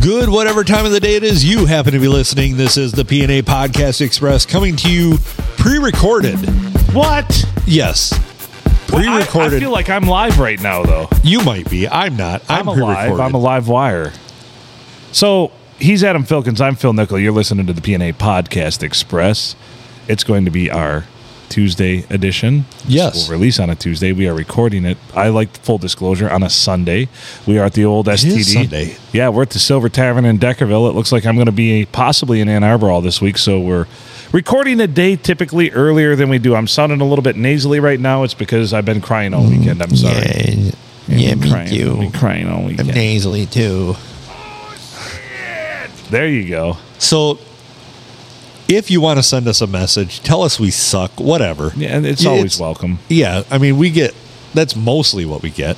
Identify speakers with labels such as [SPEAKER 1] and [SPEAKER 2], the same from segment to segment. [SPEAKER 1] good, whatever time of the day it is you happen to be listening. This is the PNA Podcast Express coming to you pre recorded.
[SPEAKER 2] What?
[SPEAKER 1] Yes.
[SPEAKER 2] Well,
[SPEAKER 1] Pre
[SPEAKER 2] I- I,
[SPEAKER 1] recorded.
[SPEAKER 2] feel like I'm live right now, though.
[SPEAKER 1] you might be. I'm not. I'm,
[SPEAKER 2] I'm,
[SPEAKER 1] pre
[SPEAKER 2] alive.
[SPEAKER 1] recorded.
[SPEAKER 2] I'm a live wire. So he's Adam Filkins. I'm Phil Nickel. You're listening to the PNA Podcast Express. It's going to be our Tuesday edition.
[SPEAKER 1] Yes.
[SPEAKER 2] This will release on a Tuesday. We are recording it. I like full disclosure on a Sunday. We are at the old STD.
[SPEAKER 1] Sunday.
[SPEAKER 2] Yeah, we're at the Silver Tavern in Deckerville. It looks like I'm going to be possibly in Ann Arbor all this week, so we're recording a day typically earlier than we do. I'm sounding a little bit nasally right now. It's because I've been crying
[SPEAKER 1] Mm,
[SPEAKER 2] all weekend. I'm sorry.
[SPEAKER 3] Yeah, yeah me
[SPEAKER 2] crying. I've
[SPEAKER 3] too.
[SPEAKER 2] been crying all
[SPEAKER 3] I'm
[SPEAKER 2] weekend.
[SPEAKER 3] nasally too.
[SPEAKER 2] There you go.
[SPEAKER 1] So if you want to send us a message, tell us we suck, whatever.
[SPEAKER 2] Yeah, and it's
[SPEAKER 1] Yeah,
[SPEAKER 2] always
[SPEAKER 1] it's-
[SPEAKER 2] welcome.
[SPEAKER 1] Yeah, I mean, we get that's mostly what we get.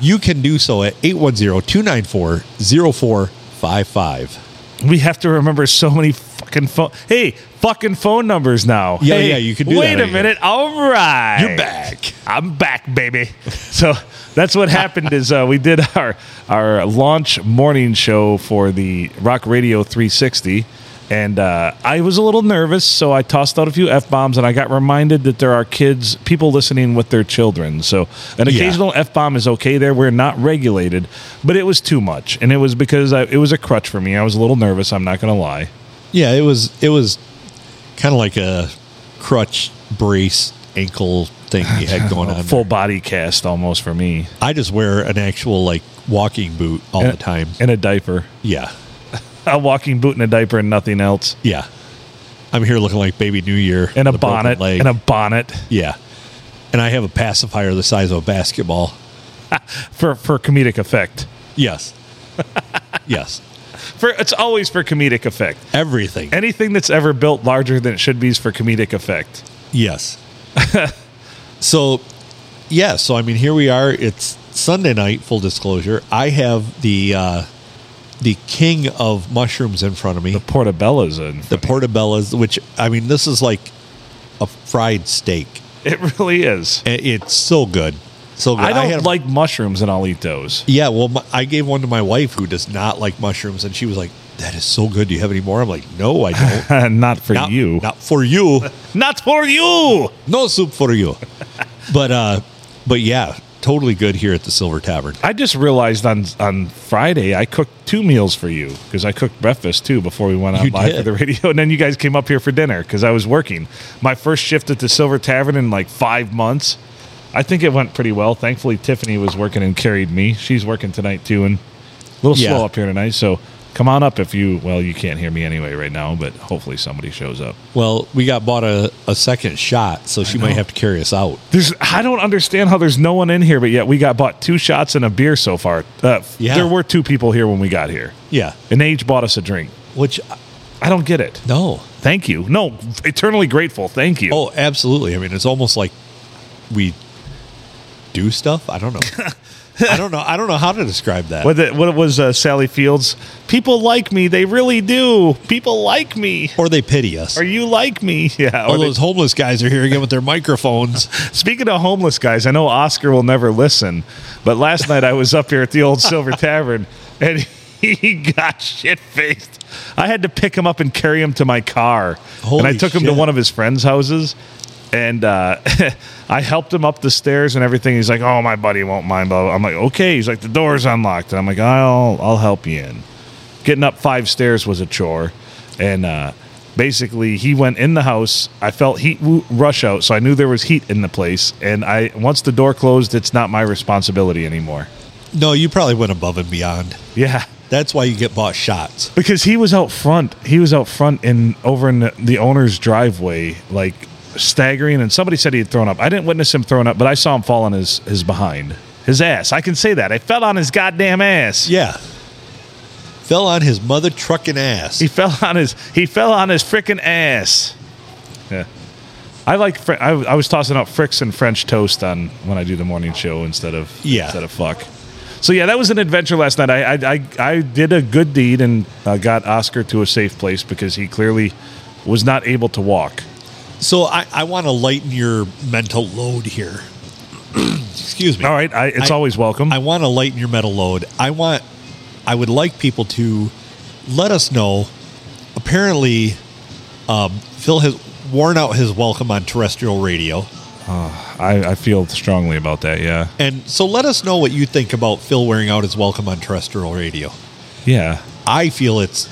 [SPEAKER 1] you can do so at 810 294 0455.
[SPEAKER 2] We have to remember so many fucking phone. Hey, fucking phone numbers now.
[SPEAKER 1] Yeah,
[SPEAKER 2] Hey,
[SPEAKER 1] yeah, you can do
[SPEAKER 2] Wait
[SPEAKER 1] that
[SPEAKER 2] a
[SPEAKER 1] again.
[SPEAKER 2] minute. All right,
[SPEAKER 1] You're back.
[SPEAKER 2] I'm back, baby. So that's what happened is uh, we did our our launch morning show for the Rock Radio 360, and uh, I was a little nervous, so I tossed out a few f bombs, and I got reminded that there are kids, people listening with their children. So an
[SPEAKER 1] Yeah.
[SPEAKER 2] occasional f bomb is okay. There, we're not regulated, but it was too much, and it was because I, it was a crutch for me. I was a little nervous. I'm not going to lie.
[SPEAKER 1] Yeah, it was it was kind of like a crutch brace ankle thing you had going on.
[SPEAKER 2] Full body cast almost for me,
[SPEAKER 1] I just wear an actual like walking boot all the time.
[SPEAKER 2] and a diaper,
[SPEAKER 1] Yeah.
[SPEAKER 2] a walking boot and a diaper, and nothing else.
[SPEAKER 1] Yeah. I'm here looking like baby New Year
[SPEAKER 2] and a
[SPEAKER 1] with broken
[SPEAKER 2] bonnet
[SPEAKER 1] leg.
[SPEAKER 2] and a bonnet
[SPEAKER 1] yeah. And I have a pacifier the size of a basketball.
[SPEAKER 2] for for comedic effect.
[SPEAKER 1] Yes. yes.
[SPEAKER 2] For it's always for comedic effect.
[SPEAKER 1] Everything.
[SPEAKER 2] Anything that's ever built larger than it should be is for comedic effect.
[SPEAKER 1] Yes. so, yeah. So, I mean, here we are. It's Sunday night. Full disclosure: I have the uh, the king of mushrooms in front of me,
[SPEAKER 2] The portobello's in.
[SPEAKER 1] the portobello's. Which I mean, this is like a fried steak.
[SPEAKER 2] It really is.
[SPEAKER 1] I- It's so good, so good.
[SPEAKER 2] I don't
[SPEAKER 1] had a-
[SPEAKER 2] like mushrooms, and I'll eat those.
[SPEAKER 1] Yeah, well, my, I gave one to my wife who does not like mushrooms, and she was like, "That is so good. Do you have any more?" I'm like, "No, I don't."
[SPEAKER 2] not for
[SPEAKER 1] Not-
[SPEAKER 2] you.
[SPEAKER 1] Not for you.
[SPEAKER 2] Not for you.
[SPEAKER 1] no soup for you. But uh but yeah, totally good here at the Silver Tavern.
[SPEAKER 2] I just realized on on Friday I cooked two meals for you because I cooked breakfast too before we went out
[SPEAKER 1] You
[SPEAKER 2] live
[SPEAKER 1] did.
[SPEAKER 2] for the radio, and then you guys came up here for dinner because I was working my first shift at the Silver Tavern in like five months. I think it went pretty well. Thankfully, Tiffany was working and carried me. She's working tonight too, and a little
[SPEAKER 1] Yeah.
[SPEAKER 2] slow up here tonight. So come on up if you well, you can't hear me anyway right now, but hopefully somebody shows up.
[SPEAKER 1] Well, we got bought a, a second shot, so she might have to carry us out.
[SPEAKER 2] There's, I don't understand how there's no one in here, but yet we got bought two shots and a beer so far. Uh,
[SPEAKER 1] Yeah.
[SPEAKER 2] There were two people here when we got here.
[SPEAKER 1] Yeah.
[SPEAKER 2] And they each bought us a drink.
[SPEAKER 1] Which uh,
[SPEAKER 2] I don't get it.
[SPEAKER 1] no.
[SPEAKER 2] Thank you. No, eternally grateful. Thank you.
[SPEAKER 1] Oh, absolutely. I mean, it's almost like we do stuff. I don't know. I don't know. I don't know how to describe that.
[SPEAKER 2] What, the, what it was uh, Sally Fields? People like me. They really do. People like me.
[SPEAKER 1] Or they pity us.
[SPEAKER 2] Are you like me? Yeah.
[SPEAKER 1] All
[SPEAKER 2] or they-
[SPEAKER 1] those homeless guys are here again with their microphones.
[SPEAKER 2] speaking of homeless guys, I know Oscar will never listen, but last night I was up here at the old Silver Tavern and he got shit faced. I had to pick him up and carry him to my car. and I
[SPEAKER 1] Holy
[SPEAKER 2] took him to
[SPEAKER 1] shit.
[SPEAKER 2] one of his friends' houses and uh, I helped him up the stairs and everything. He's like, oh, my buddy won't mind. Blah, blah. I'm like, okay. He's like, the door's unlocked. And I'm like, I'll, I'll help you in getting up five stairs was a chore and uh basically he went in the house i felt heat w- rush out so i knew there was heat in the place and i once the door closed it's not my responsibility anymore
[SPEAKER 1] No, you probably went above and beyond.
[SPEAKER 2] yeah
[SPEAKER 1] That's why you get bought shots.
[SPEAKER 2] because he was out front he was out front in over in the, the owner's driveway like staggering and somebody said he had thrown up i didn't witness him throwing up but i saw him fall on his his behind his ass i can say that i fell on his goddamn ass
[SPEAKER 1] Yeah. Fell on his mother trucking ass.
[SPEAKER 2] He fell on his he fell on his freaking ass. Yeah, I like Fr- I, I was tossing out fricks and French toast on when I do the morning show instead of
[SPEAKER 1] Yeah.
[SPEAKER 2] instead of fuck. So yeah, that was an adventure last night. I I I, I did a good deed and uh, got Oscar to a safe place because he clearly was not able to walk.
[SPEAKER 1] So I, I want to lighten your mental load here. Excuse me.
[SPEAKER 2] All right, I, it's
[SPEAKER 1] I-
[SPEAKER 2] always welcome.
[SPEAKER 1] I want to lighten your mental load. I want. I would like people to let us know. Apparently, um, Phil has worn out his welcome on terrestrial radio.
[SPEAKER 2] I, I feel strongly about that. Yeah.
[SPEAKER 1] And so let us know what you think about Phil wearing out his welcome on terrestrial radio.
[SPEAKER 2] Yeah.
[SPEAKER 1] I feel it's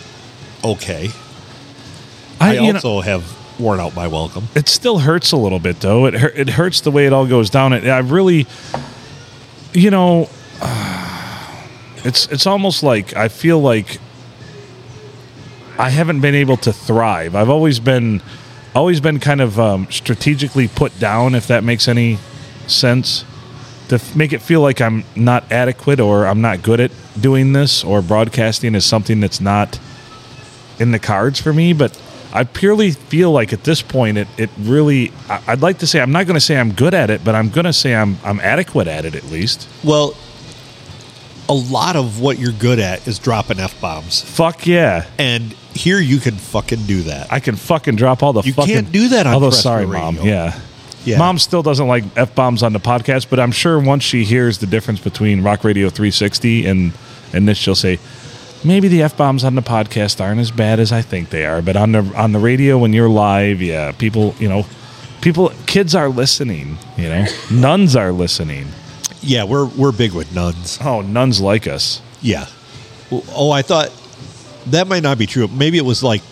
[SPEAKER 1] okay. I,
[SPEAKER 2] I, Uh, you know,
[SPEAKER 1] also have worn out my welcome.
[SPEAKER 2] it still hurts a little bit though. It hur- it hurts the way it all goes down. It, I really, you know, it's it's almost like I feel like I haven't been able to thrive. I've always been always been kind of um, strategically put down, if that makes any sense. To f- make it feel like I'm not adequate or I'm not good at doing this or broadcasting is something that's not in the cards for me, but I purely feel like at this point it, it really I- I'd like to say I'm not going to say I'm good at it, but I'm going to say I'm I'm adequate at it at least.
[SPEAKER 1] Well, a lot of what you're good at is dropping f bombs,
[SPEAKER 2] Fuck yeah.
[SPEAKER 1] and here you can fucking do that.
[SPEAKER 2] I can fucking drop all the
[SPEAKER 1] You
[SPEAKER 2] fucking
[SPEAKER 1] can't do that on
[SPEAKER 2] Although sorry
[SPEAKER 1] terrestrial
[SPEAKER 2] mom,
[SPEAKER 1] radio.
[SPEAKER 2] yeah.
[SPEAKER 1] Yeah.
[SPEAKER 2] Mom still doesn't like F bombs on the podcast, but I'm sure once she hears the difference between Rock Radio 360 and and this she'll say maybe the F bombs on the podcast aren't as bad as I think they are, but on the on the radio when you're live, yeah, people, you know, people kids are listening, you know. nuns are listening.
[SPEAKER 1] Yeah, we're we're big with nuns.
[SPEAKER 2] Oh, nuns like us.
[SPEAKER 1] Yeah. Well, Oh, I thought that might not be true. Maybe it was like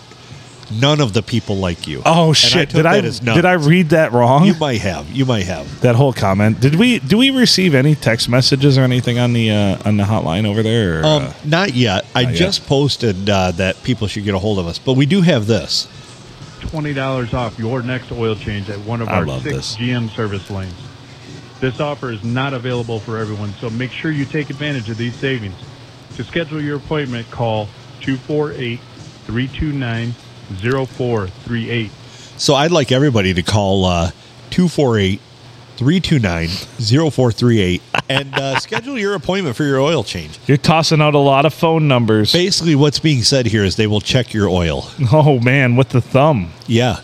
[SPEAKER 1] none of the people like you.
[SPEAKER 2] Oh
[SPEAKER 1] And
[SPEAKER 2] shit.
[SPEAKER 1] I took
[SPEAKER 2] did
[SPEAKER 1] that
[SPEAKER 2] I
[SPEAKER 1] as nuns.
[SPEAKER 2] did I read that wrong?
[SPEAKER 1] You might have. You might have.
[SPEAKER 2] that whole comment. Did we do we receive any text messages or anything on the uh, on the hotline over there? Or,
[SPEAKER 1] Um,
[SPEAKER 2] uh,
[SPEAKER 1] not yet. I
[SPEAKER 2] not yet.
[SPEAKER 1] just posted uh, that people should get a hold of us, but we do have this.
[SPEAKER 4] $20 off your next oil change at one of
[SPEAKER 2] I
[SPEAKER 4] our
[SPEAKER 2] love
[SPEAKER 4] six
[SPEAKER 2] this.
[SPEAKER 4] GM service lanes. This offer is not available for everyone, so make sure you take advantage of these savings. To schedule your appointment, call 248 329 0438.
[SPEAKER 1] So I'd like everybody to call uh, 248-329-0438 and uh, schedule your appointment for your oil change.
[SPEAKER 2] you're tossing out a lot of phone numbers.
[SPEAKER 1] Basically, what's being said here is they will check your oil.
[SPEAKER 2] Oh man, with the thumb.
[SPEAKER 1] Yeah,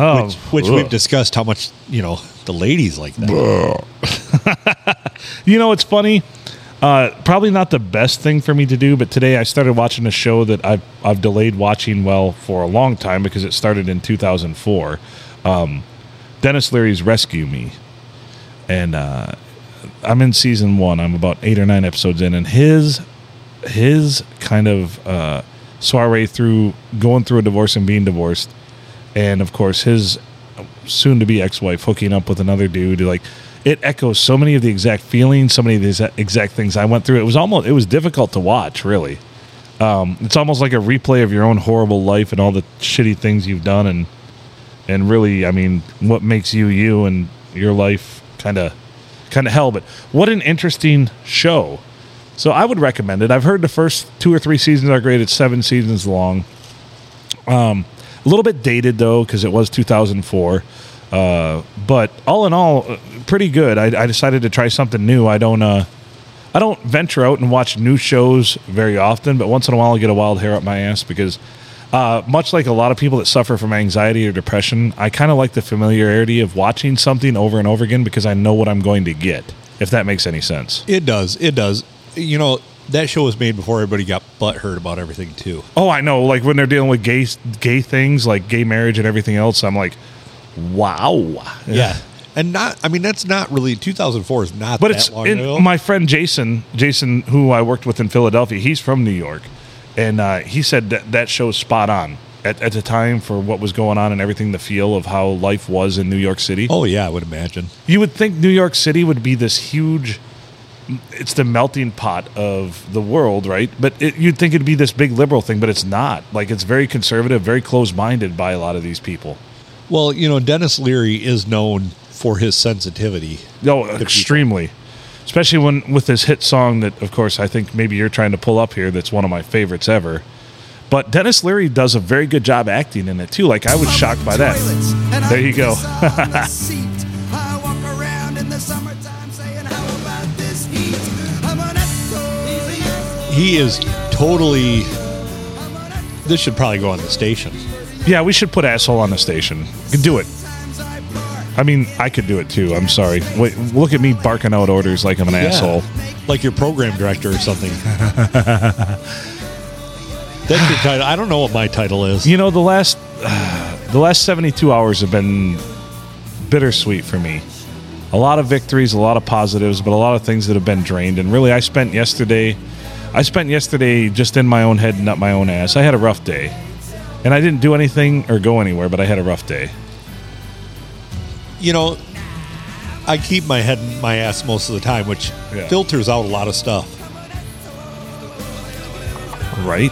[SPEAKER 2] Oh,
[SPEAKER 1] which, which
[SPEAKER 2] ugh.
[SPEAKER 1] we've discussed how much you know the ladies like that.
[SPEAKER 2] you know it's funny. Uh, probably not the best thing for me to do, but today I started watching a show that I've I've delayed watching well for a long time because it started in 2004. Um, Dennis Leary's Rescue Me, and uh, I'm in season one. I'm about eight or nine episodes in, and his his kind of uh, soiree through going through a divorce and being divorced, and of course his soon to be ex wife hooking up with another dude. Like it echoes so many of the exact feelings, so many of the exa- exact things I went through. It was almost it was difficult to watch, really. Um, it's almost like a replay of your own horrible life and all the shitty things you've done, and and really, I mean, what makes you you and your life kind of kind of hell. But what an interesting show. So I would recommend it. I've heard the first two or three seasons are great. It's seven seasons long. Um, A little bit dated though, because it was 2004. Uh, but all in all, uh, pretty good. I, I decided to try something new. I don't. Uh, I don't venture out and watch new shows very often, but once in a while I get a wild hair up my ass because, uh, much like a lot of people that suffer from anxiety or depression, I kind of like the familiarity of watching something over and over again because I know what I'm going to get. If that makes any sense.
[SPEAKER 1] It does. It does. You know that show was made before everybody got butthurt about everything too.
[SPEAKER 2] Oh, I know. Like when they're dealing with gay gay things, like gay marriage and everything else, I'm like, wow.
[SPEAKER 1] And not, I mean, that's not really 2004 is not
[SPEAKER 2] But
[SPEAKER 1] that
[SPEAKER 2] it's
[SPEAKER 1] long
[SPEAKER 2] in-
[SPEAKER 1] ago.
[SPEAKER 2] my friend Jason, Jason, who I worked with in Philadelphia. He's from New York, and uh, he said that that show's spot on at, at the time for what was going on and everything. The feel of how life was in New York City.
[SPEAKER 1] oh yeah, I would imagine.
[SPEAKER 2] You would think New York City would be this huge. It's the melting pot of the world, right? But it, you'd think it'd be this big liberal thing, but it's not. Like it's very conservative, very close-minded by a lot of these people.
[SPEAKER 1] Well, you know, Dennis Leary is known for his sensitivity.
[SPEAKER 2] No, Oh, extremely. Especially when with this hit song that, of course, I think maybe you're trying to pull up here. That's one of my favorites ever. But Dennis Leary does a very good job acting in it too. Like I was shocked by that. There you go.
[SPEAKER 1] He is totally. This should probably go on the station.
[SPEAKER 2] Yeah, we should put asshole on the station. Do it. I mean, I could do it too. I'm sorry. Wait, look at me barking out orders like I'm an asshole.
[SPEAKER 1] Like your program director or something. That's your title. I don't know what my title is.
[SPEAKER 2] You know, the last the last 72 hours have been bittersweet for me. A lot of victories, a lot of positives, but a lot of things that have been drained. And really, I spent yesterday, I spent yesterday just in my own head and up my own ass. I had a rough day, and I didn't do anything or go anywhere, but I had a rough day.
[SPEAKER 1] You know, I keep my head in my ass most of the time, which
[SPEAKER 2] Yeah.
[SPEAKER 1] filters out a lot of stuff.
[SPEAKER 2] Right?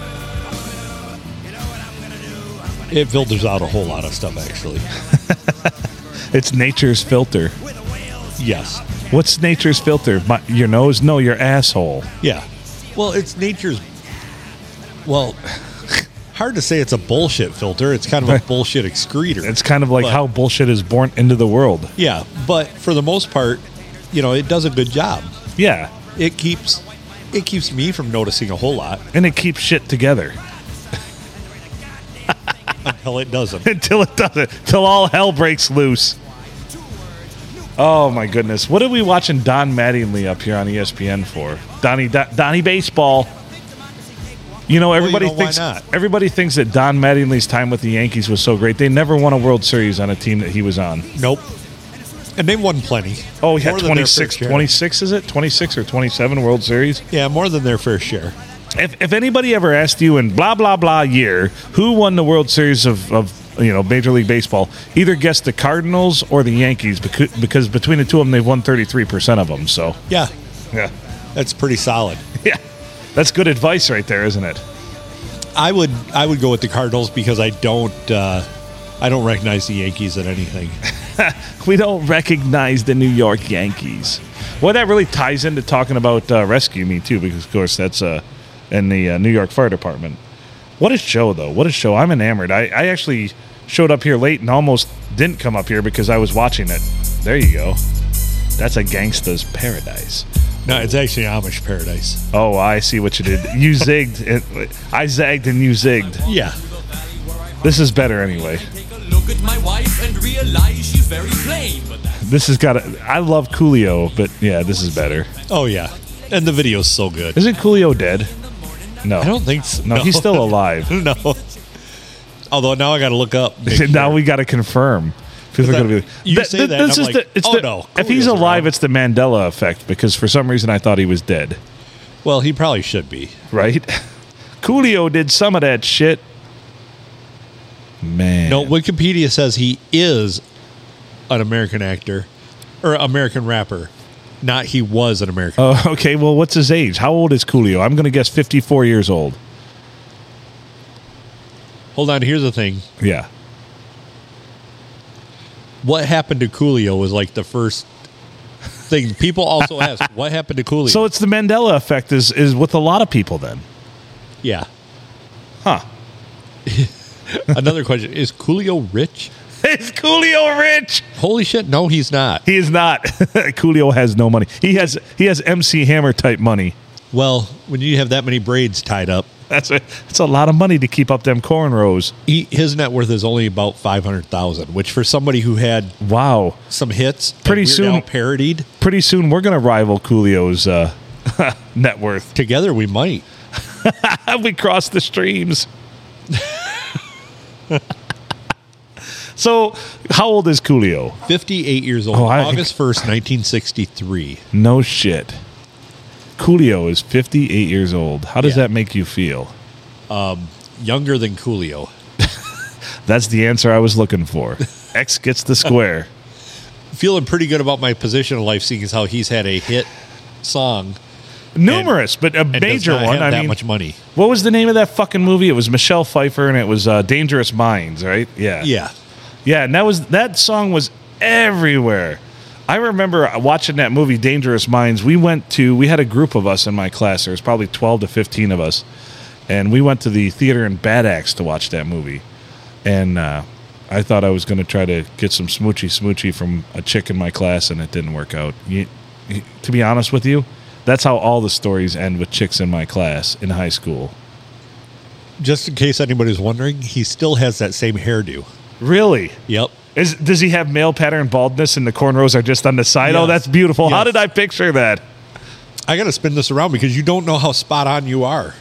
[SPEAKER 1] It filters out a whole lot of stuff, actually.
[SPEAKER 2] It's nature's filter.
[SPEAKER 1] Yes.
[SPEAKER 2] What's nature's filter? My, your nose? No, your asshole.
[SPEAKER 1] Yeah. Well, it's nature's. Well, hard to say it's a bullshit filter. It's kind of a bullshit excreter.
[SPEAKER 2] It's kind of like
[SPEAKER 1] But-
[SPEAKER 2] how bullshit is born into the world.
[SPEAKER 1] Yeah, but for the most part, you know, it does a good job.
[SPEAKER 2] Yeah,
[SPEAKER 1] It keeps it keeps me from noticing a whole lot
[SPEAKER 2] and it keeps shit together
[SPEAKER 1] until it doesn't.
[SPEAKER 2] until it doesn't. Till all hell breaks loose. Oh my goodness! What are we watching Don Mattingly up here on E ESPN for? Donnie Don, Donnie baseball. You know everybody
[SPEAKER 1] know, why
[SPEAKER 2] thinks
[SPEAKER 1] not?
[SPEAKER 2] everybody thinks that Don Mattingly's time with the Yankees was so great. They never won a World Series on a team that he was on.
[SPEAKER 1] Nope. And they won plenty.
[SPEAKER 2] Oh yeah,
[SPEAKER 1] More than their
[SPEAKER 2] 26,
[SPEAKER 1] fair share.
[SPEAKER 2] 26 is it? 26 or 27 World Series?
[SPEAKER 1] Yeah, more than their fair share.
[SPEAKER 2] If, if anybody ever asked you in blah blah blah year who won the World Series of, of you know Major League Baseball, either guess the Cardinals or the Yankees because, because between the two of them they've won 33 percent of them. So
[SPEAKER 1] Yeah,
[SPEAKER 2] yeah,
[SPEAKER 1] that's pretty solid.
[SPEAKER 2] yeah, that's good advice right there, isn't it?
[SPEAKER 1] I would I would go with the Cardinals because I don't uh, I don't recognize the Yankees at anything.
[SPEAKER 2] We don't recognize the New York Yankees. Well, that really ties into talking about uh, Rescue Me too, because of course that's uh, in the uh, New York Fire Department. What a show, though! What a show! I'm enamored. I, I actually showed up here late and almost didn't come up here because I was watching it. There you go. That's a gangsta's paradise.
[SPEAKER 1] No, it's actually Amish paradise.
[SPEAKER 2] Oh, I see what you did. You zigged. And, I zagged and you zigged.
[SPEAKER 1] Yeah.
[SPEAKER 2] This is better anyway.
[SPEAKER 5] Take a look at my wife and realize she's very plain. But that's
[SPEAKER 2] This has got. A, I love Coolio, but yeah, this is better.
[SPEAKER 1] Oh yeah. And the video's so good.
[SPEAKER 2] Isn't Coolio dead? No.
[SPEAKER 1] I don't think so.
[SPEAKER 2] No, he's still alive.
[SPEAKER 1] no. Although now I got to look up. make
[SPEAKER 2] now
[SPEAKER 1] sure.
[SPEAKER 2] we got to confirm. People
[SPEAKER 1] But
[SPEAKER 2] are going to
[SPEAKER 1] that-
[SPEAKER 2] be.
[SPEAKER 1] you say that, and I'm like, oh, no,
[SPEAKER 2] If he's
[SPEAKER 1] Coolio's
[SPEAKER 2] alive,
[SPEAKER 1] around.
[SPEAKER 2] it's the Mandela effect because for some reason I thought he was dead.
[SPEAKER 1] Well, he probably should be.
[SPEAKER 2] Right? Coolio did some of that shit. Man,
[SPEAKER 1] No, Wikipedia says he is an American actor or American rapper. Not he was an American.
[SPEAKER 2] Oh, okay. Well, what's his age? How old is Coolio? I'm going to guess 54 years old.
[SPEAKER 1] Hold on, here's the thing.
[SPEAKER 2] Yeah.
[SPEAKER 1] What happened to Coolio was like the first thing. People also ask, what happened to Coolio?
[SPEAKER 2] So it's the Mandela effect is is with a lot of people then.
[SPEAKER 1] yeah.
[SPEAKER 2] Huh.
[SPEAKER 1] Another question Is Coolio rich?
[SPEAKER 2] Is Coolio rich?
[SPEAKER 1] Holy shit. No, he's not.
[SPEAKER 2] He is not. Coolio has no money. He has he has MC Hammer type money.
[SPEAKER 1] Well, when you have that many braids tied up,
[SPEAKER 2] That's a that's a lot of money to keep up them cornrows.
[SPEAKER 1] he, his net worth is only about 500,000, which for somebody who had
[SPEAKER 2] Wow.
[SPEAKER 1] some hits, and
[SPEAKER 2] Pretty
[SPEAKER 1] Weird
[SPEAKER 2] soon-
[SPEAKER 1] Al parodied,
[SPEAKER 2] Pretty soon we're gonna rival Coolio's uh, net worth.
[SPEAKER 1] together we might.
[SPEAKER 2] we crossed the streams. so how old is Coolio?
[SPEAKER 1] 58 years old,
[SPEAKER 2] Oh, I-
[SPEAKER 1] August 1st, 1963.
[SPEAKER 2] No shit. Coolio is fifty eight years old. How does
[SPEAKER 1] Yeah.
[SPEAKER 2] that make you feel?
[SPEAKER 1] Younger than Coolio.
[SPEAKER 2] That's the answer I was looking for. X gets the square.
[SPEAKER 1] Feeling pretty good about my position in life, seeing as how he's had a hit song
[SPEAKER 2] Numerous, but a
[SPEAKER 1] and
[SPEAKER 2] major
[SPEAKER 1] does not
[SPEAKER 2] one.
[SPEAKER 1] have
[SPEAKER 2] I
[SPEAKER 1] that
[SPEAKER 2] mean,
[SPEAKER 1] much money.
[SPEAKER 2] What was the name of that fucking movie? It was Michelle Pfeiffer and it was uh, Dangerous Minds, right? Yeah.
[SPEAKER 1] Yeah,
[SPEAKER 2] Yeah, and that was that song was everywhere. I remember watching that movie Dangerous Minds. We went to we had a group of us in my class. There was probably 12 to 15 of us. And we went to the theater in Bad Axe to watch that movie. And uh, I thought I was going to try to get some smoochy smoochy from a chick in my class, and it didn't work out. You, to be honest with you, that's how all the stories end with chicks in my class in high school.
[SPEAKER 1] just in case anybody's wondering, he still has that same hairdo.
[SPEAKER 2] Really?
[SPEAKER 1] Yep.
[SPEAKER 2] Is, does he have male pattern baldness and the cornrows are just on the side? Oh,
[SPEAKER 1] Yes.
[SPEAKER 2] that's beautiful. How
[SPEAKER 1] Yes.
[SPEAKER 2] did I picture that?
[SPEAKER 1] I got to spin this around because you don't know how spot on you are.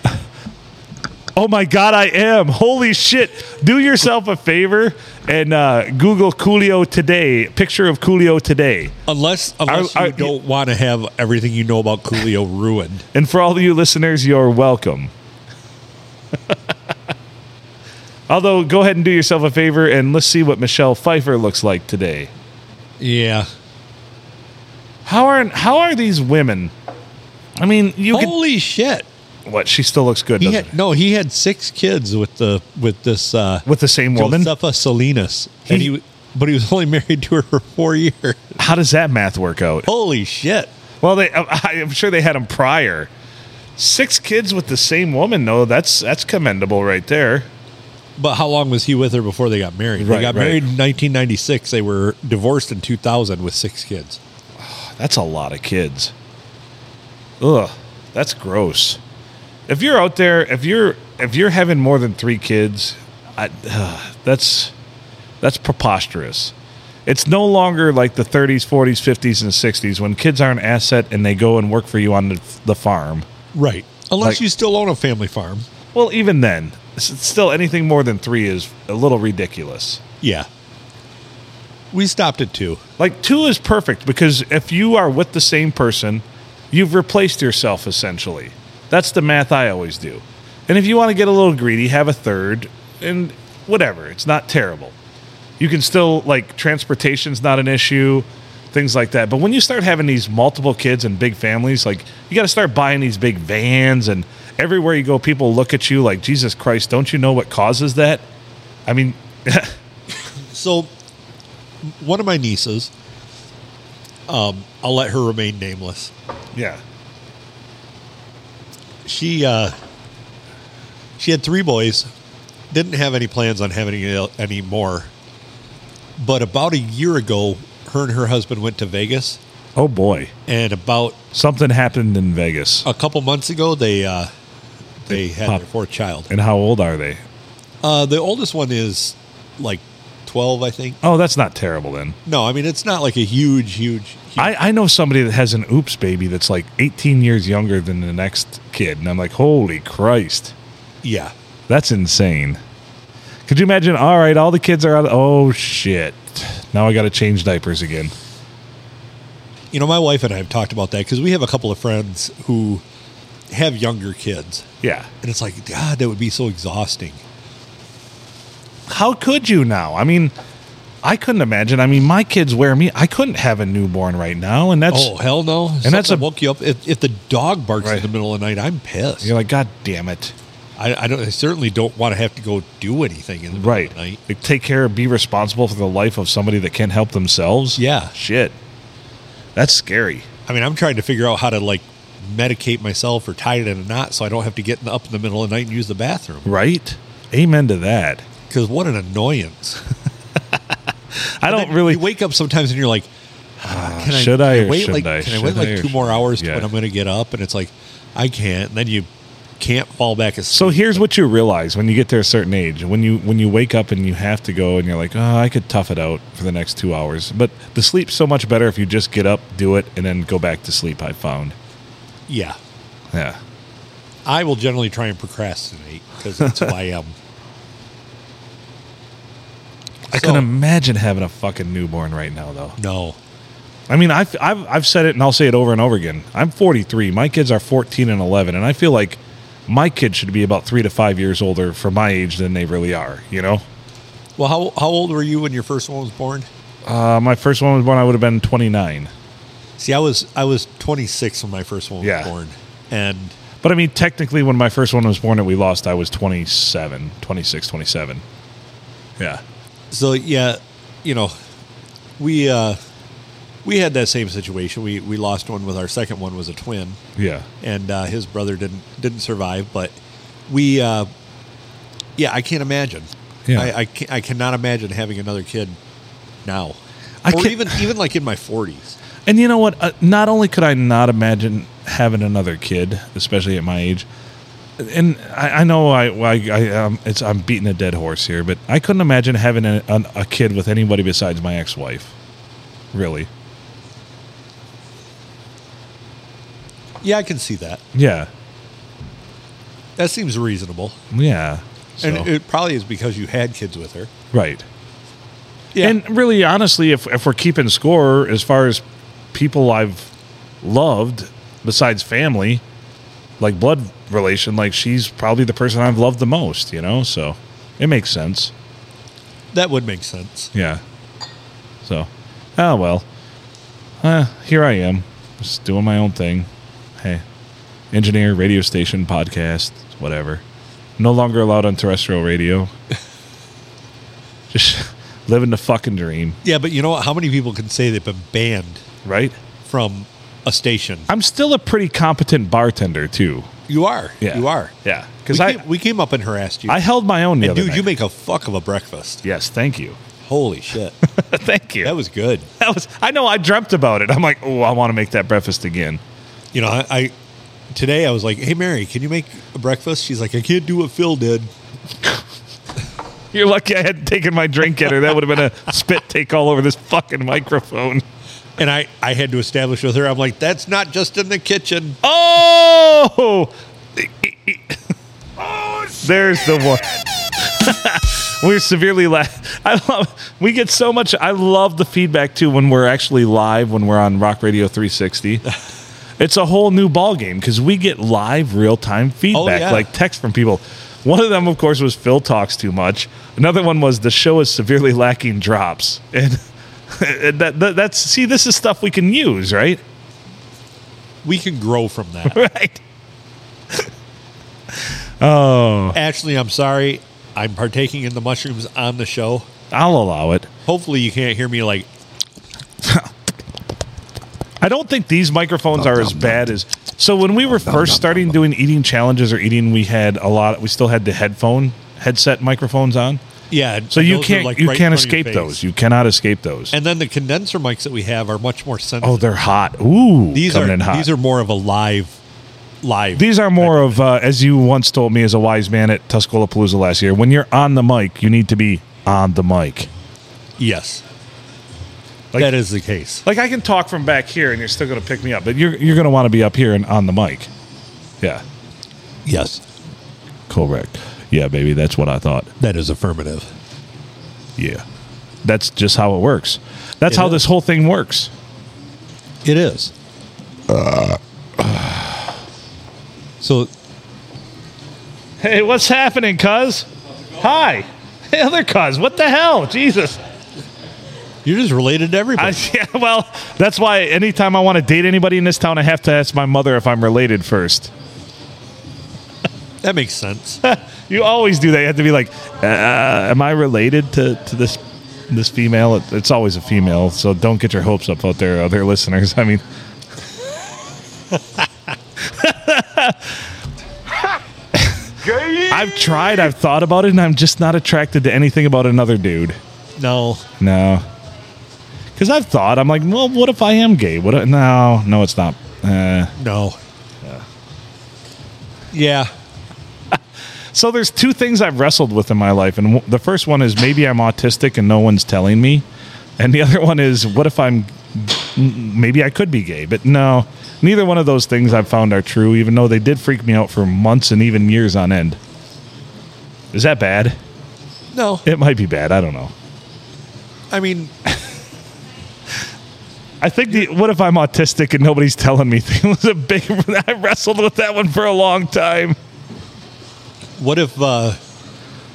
[SPEAKER 2] Oh my God, I am. Holy shit. Do yourself a favor and uh, Google Coolio today, picture of Coolio today.
[SPEAKER 1] Unless, unless
[SPEAKER 2] I-
[SPEAKER 1] you don't want to have everything you know about Coolio ruined.
[SPEAKER 2] And for all of you listeners, you're welcome. Although, go ahead and do yourself a favor and let's see what Michelle Pfeiffer looks like today.
[SPEAKER 1] Yeah.
[SPEAKER 2] How are how are these women? I mean, you
[SPEAKER 1] Holy shit!
[SPEAKER 2] could what? She still looks good,
[SPEAKER 1] He
[SPEAKER 2] doesn't
[SPEAKER 1] had, no, he had six kids with the with this uh,
[SPEAKER 2] With the same woman?
[SPEAKER 1] Josefa Salinas, and
[SPEAKER 2] He-
[SPEAKER 1] he but he was only married to her for four years.
[SPEAKER 2] How does that math work out?
[SPEAKER 1] Holy shit!
[SPEAKER 2] Well, they I- I'm sure they had them prior. Six kids with the same woman, though. That's that's commendable, right there.
[SPEAKER 1] But how long was he with her before they got married?
[SPEAKER 2] Right,
[SPEAKER 1] they got
[SPEAKER 2] right.
[SPEAKER 1] married in 1996. They were divorced in 2000 with six kids.
[SPEAKER 2] That's a lot of kids. Ugh, that's gross. If you're out there, if you're if you're having more than three kids, I, uh, that's that's preposterous. It's no longer like the 30s, 40s, 50s, and 60s when kids are an asset and they go and work for you on the, the farm.
[SPEAKER 1] Right. Unless
[SPEAKER 2] Like-
[SPEAKER 1] you still own a family farm.
[SPEAKER 2] Well, even then, s- still anything more than three is a little ridiculous.
[SPEAKER 1] Yeah. We stopped at two.
[SPEAKER 2] Like two is perfect because if you are with the same person, you've replaced yourself essentially. That's the math I always do. And if you want to get a little greedy, have a third and whatever. It's not terrible. You can still like transportation's not an issue, things like that. But when you start having these multiple kids and big families, like you got to start buying these big vans and everywhere you go people look at you like Jesus Christ, don't you know what causes that? I mean,
[SPEAKER 1] So, one of my nieces, um, I'll let her remain nameless.
[SPEAKER 2] yeah.
[SPEAKER 1] She uh, she had three boys. Didn't have any plans on having any, any more. But about a year ago, her and her husband went to Vegas,
[SPEAKER 2] Oh boy.
[SPEAKER 1] and about
[SPEAKER 2] Something happened in Vegas.
[SPEAKER 1] a couple months ago, they uh, they had
[SPEAKER 2] Pop-
[SPEAKER 1] their fourth child.
[SPEAKER 2] And how old are they?
[SPEAKER 1] Uh, the oldest one is like twelve, I think.
[SPEAKER 2] Oh, that's not terrible then.
[SPEAKER 1] No, I mean it's not like a huge, huge. huge
[SPEAKER 2] I, I know somebody that has an oops baby that's like 18 years younger than the next kid. And I'm like, holy Christ,
[SPEAKER 1] yeah,
[SPEAKER 2] that's insane. Could you imagine? All right, all the kids are out. Oh, shit. Now I got to change diapers again.
[SPEAKER 1] you know, my wife and I have talked about that because we have a couple of friends who have younger kids,
[SPEAKER 2] Yeah.
[SPEAKER 1] and it's like God, that would be so exhausting.
[SPEAKER 2] How could you now? I mean, I couldn't imagine. I mean, my kids wear me. I couldn't have a newborn right now. And that's,
[SPEAKER 1] Oh hell no! And
[SPEAKER 2] that's a-
[SPEAKER 1] woke you up. If, if the dog barks
[SPEAKER 2] Right.
[SPEAKER 1] in the middle of the night, I'm pissed.
[SPEAKER 2] you're like, God damn it.
[SPEAKER 1] I, I don't. I certainly don't want to have to go do anything in the middle
[SPEAKER 2] Right.
[SPEAKER 1] of the night.
[SPEAKER 2] Like, take care, be responsible for the life of somebody that can't help themselves.
[SPEAKER 1] Yeah.
[SPEAKER 2] Shit. That's scary.
[SPEAKER 1] I mean, I'm trying to figure out how to like medicate myself or tie it in a knot so I don't have to get in- up in the middle of the night and use the bathroom.
[SPEAKER 2] Right? Amen to that.
[SPEAKER 1] Because what an annoyance!
[SPEAKER 2] I don't really.
[SPEAKER 1] You wake up sometimes and you're like, ah, can
[SPEAKER 2] should I
[SPEAKER 1] can
[SPEAKER 2] or
[SPEAKER 1] wait like
[SPEAKER 2] shouldn't I?
[SPEAKER 1] can I
[SPEAKER 2] Should
[SPEAKER 1] wait
[SPEAKER 2] I or
[SPEAKER 1] like two more
[SPEAKER 2] shouldn't I?"
[SPEAKER 1] hours
[SPEAKER 2] Yeah.
[SPEAKER 1] to when I'm going to get up? And it's like, I can't. And then you can't fall back asleep.
[SPEAKER 2] So here's what you realize when you get to a certain age. When you when you wake up and you have to go and you're like, oh, I could tough it out for the next two hours. But the sleep's so much better if you just get up, do it, and then go back to sleep. I found.
[SPEAKER 1] yeah,
[SPEAKER 2] Yeah.
[SPEAKER 1] I will generally try and procrastinate because that's who I am.
[SPEAKER 2] I
[SPEAKER 1] So-
[SPEAKER 2] can imagine having a fucking newborn right now, though.
[SPEAKER 1] No,
[SPEAKER 2] I mean, I've, I've, I've said it and I'll say it over and over again. I'm 43. My kids are 14 and 11. And I feel like my kids should be about three to five years older for my age than they really are, you know?
[SPEAKER 1] well, how how old were you when your first one was born?
[SPEAKER 2] Uh, my first one was born, I would have been 29.
[SPEAKER 1] See, I was I was 26 when my first one was
[SPEAKER 2] Yeah.
[SPEAKER 1] born, and
[SPEAKER 2] But I mean, technically, when my first one was born that we lost, I was 27, 26, 27. Yeah.
[SPEAKER 1] so yeah, you know, we uh, we had that same situation. We we lost one with our second one was a twin,
[SPEAKER 2] Yeah.
[SPEAKER 1] and uh, his brother didn't didn't survive. But we, uh, yeah, I can't imagine.
[SPEAKER 2] Yeah.
[SPEAKER 1] I I, can, I cannot imagine having another kid now,
[SPEAKER 2] I
[SPEAKER 1] or
[SPEAKER 2] can't-
[SPEAKER 1] even even like in my 40s.
[SPEAKER 2] And you know what? Uh, not only could I not imagine having another kid, especially at my age, and I, I know I, I, I um, it's I'm beating a dead horse here, but I couldn't imagine having a, an, a kid with anybody besides my ex-wife. Really?
[SPEAKER 1] Yeah, I can see that.
[SPEAKER 2] Yeah.
[SPEAKER 1] That seems reasonable.
[SPEAKER 2] Yeah. So,
[SPEAKER 1] And it probably is because you had kids with her.
[SPEAKER 2] right.
[SPEAKER 1] Yeah.
[SPEAKER 2] And really, honestly, if, if we're keeping score as far as people I've loved besides family, like blood relation, like she's probably the person I've loved the most, you know? So it makes sense.
[SPEAKER 1] that would make sense.
[SPEAKER 2] Yeah. So, ah, well. Uh, here I am, just doing my own thing. Hey, engineer, radio station, podcast, whatever. No longer allowed on terrestrial radio. just living the fucking dream,
[SPEAKER 1] Yeah, but you know what? How many people can say they've been banned
[SPEAKER 2] right?
[SPEAKER 1] from a station?
[SPEAKER 2] I'm still a pretty competent bartender, too.
[SPEAKER 1] You are.
[SPEAKER 2] Yeah.
[SPEAKER 1] You are.
[SPEAKER 2] Yeah.
[SPEAKER 1] Because
[SPEAKER 2] Because
[SPEAKER 1] we,
[SPEAKER 2] I,
[SPEAKER 1] came- we came up and harassed you.
[SPEAKER 2] I held my own the
[SPEAKER 1] and
[SPEAKER 2] other
[SPEAKER 1] dude,
[SPEAKER 2] night.
[SPEAKER 1] you make a fuck of a breakfast.
[SPEAKER 2] yes, thank you.
[SPEAKER 1] Holy shit.
[SPEAKER 2] thank you.
[SPEAKER 1] that was good.
[SPEAKER 2] that was, I know I dreamt about it. I'm like, oh, I want to make that breakfast again.
[SPEAKER 1] You know, I, I today I was like, "Hey Mary, can you make a breakfast?" She's like, "I can't do what Phil did."
[SPEAKER 2] You're lucky I hadn't taken my drink yet, or that would have been a spit take all over this fucking microphone.
[SPEAKER 1] And I, I had to establish with her. I'm like, "That's not just in the kitchen."
[SPEAKER 2] Oh! There's the one. we're severely la- I love. We get so much. I love the feedback too when we're actually live when we're on Rock Radio 360. It's a whole new ball game because we get live, real time feedback,
[SPEAKER 1] yeah.
[SPEAKER 2] like text from people. One of them, of course, was Phil talks too much. Another one was the show is severely lacking drops, and, and that, that that's see, this is stuff we can use, right?
[SPEAKER 1] We can grow from that.
[SPEAKER 2] right. oh,
[SPEAKER 1] Ashley, I'm sorry. I'm partaking in the mushrooms on the show.
[SPEAKER 2] I'll allow it.
[SPEAKER 1] Hopefully, you can't hear me like
[SPEAKER 2] I don't think these microphones are as bad as. So when we were first starting doing eating challenges or eating, we had a lot. We still had the headphone headset microphones on.
[SPEAKER 1] yeah.
[SPEAKER 2] So you
[SPEAKER 1] those are,
[SPEAKER 2] can't
[SPEAKER 1] like,
[SPEAKER 2] you
[SPEAKER 1] right in
[SPEAKER 2] can't
[SPEAKER 1] front of your
[SPEAKER 2] escape
[SPEAKER 1] face.
[SPEAKER 2] those. You cannot escape those.
[SPEAKER 1] And then the condenser mics that we have are much more sensitive.
[SPEAKER 2] oh, they're hot. Ooh,
[SPEAKER 1] these
[SPEAKER 2] coming
[SPEAKER 1] are
[SPEAKER 2] in hot.
[SPEAKER 1] these are more of a live, live.
[SPEAKER 2] These are more of, uh, as you once told me as a wise man at Tuscola Palooza last year, when you're on the mic, you need to be on the mic.
[SPEAKER 1] yes,
[SPEAKER 2] Like-
[SPEAKER 1] that is the case.
[SPEAKER 2] Like I can talk from back here, and you're still going to pick me up, but you're you're going to want to be up here and on the mic. Yeah,
[SPEAKER 1] Yes,
[SPEAKER 2] correct. Yeah, baby, that's what I thought.
[SPEAKER 1] that is affirmative.
[SPEAKER 2] Yeah, that's just how it works. That's
[SPEAKER 1] It
[SPEAKER 2] how
[SPEAKER 1] is.
[SPEAKER 2] this whole thing works.
[SPEAKER 1] It is. Uh, so
[SPEAKER 2] Hey, what's happening, Cuz? Hi, hey, other Cuz. What the hell, Jesus?
[SPEAKER 1] you're just related to everybody.
[SPEAKER 2] I, yeah, well, that's why anytime I want to date anybody in this town, I have to ask my mother if I'm related first.
[SPEAKER 1] that makes sense.
[SPEAKER 2] You always do that. You have to be like, uh, "Am I related to, to this this female?" It- It's always a female, so don't get your hopes up out there, other listeners. I mean, I've tried. I've thought about it, and I'm just not attracted to anything about another dude.
[SPEAKER 1] no,
[SPEAKER 2] No, because I've thought. I'm like, well, what if I am gay? What? If, no, no, it's not. Uh,
[SPEAKER 1] no. Yeah.
[SPEAKER 2] So there's two things I've wrestled with in my life, and w- the first one is maybe I'm autistic and no one's telling me, and the other one is what if I'm m- maybe I could be gay, but no, neither one of those things I've found are true, even though they did freak me out for months and even years on end. Is that bad?
[SPEAKER 1] No.
[SPEAKER 2] It might be bad. I don't know.
[SPEAKER 1] I mean,
[SPEAKER 2] I think the what if I'm autistic and nobody's telling me thing was a big. I wrestled with that one for a long time.
[SPEAKER 1] what if? uh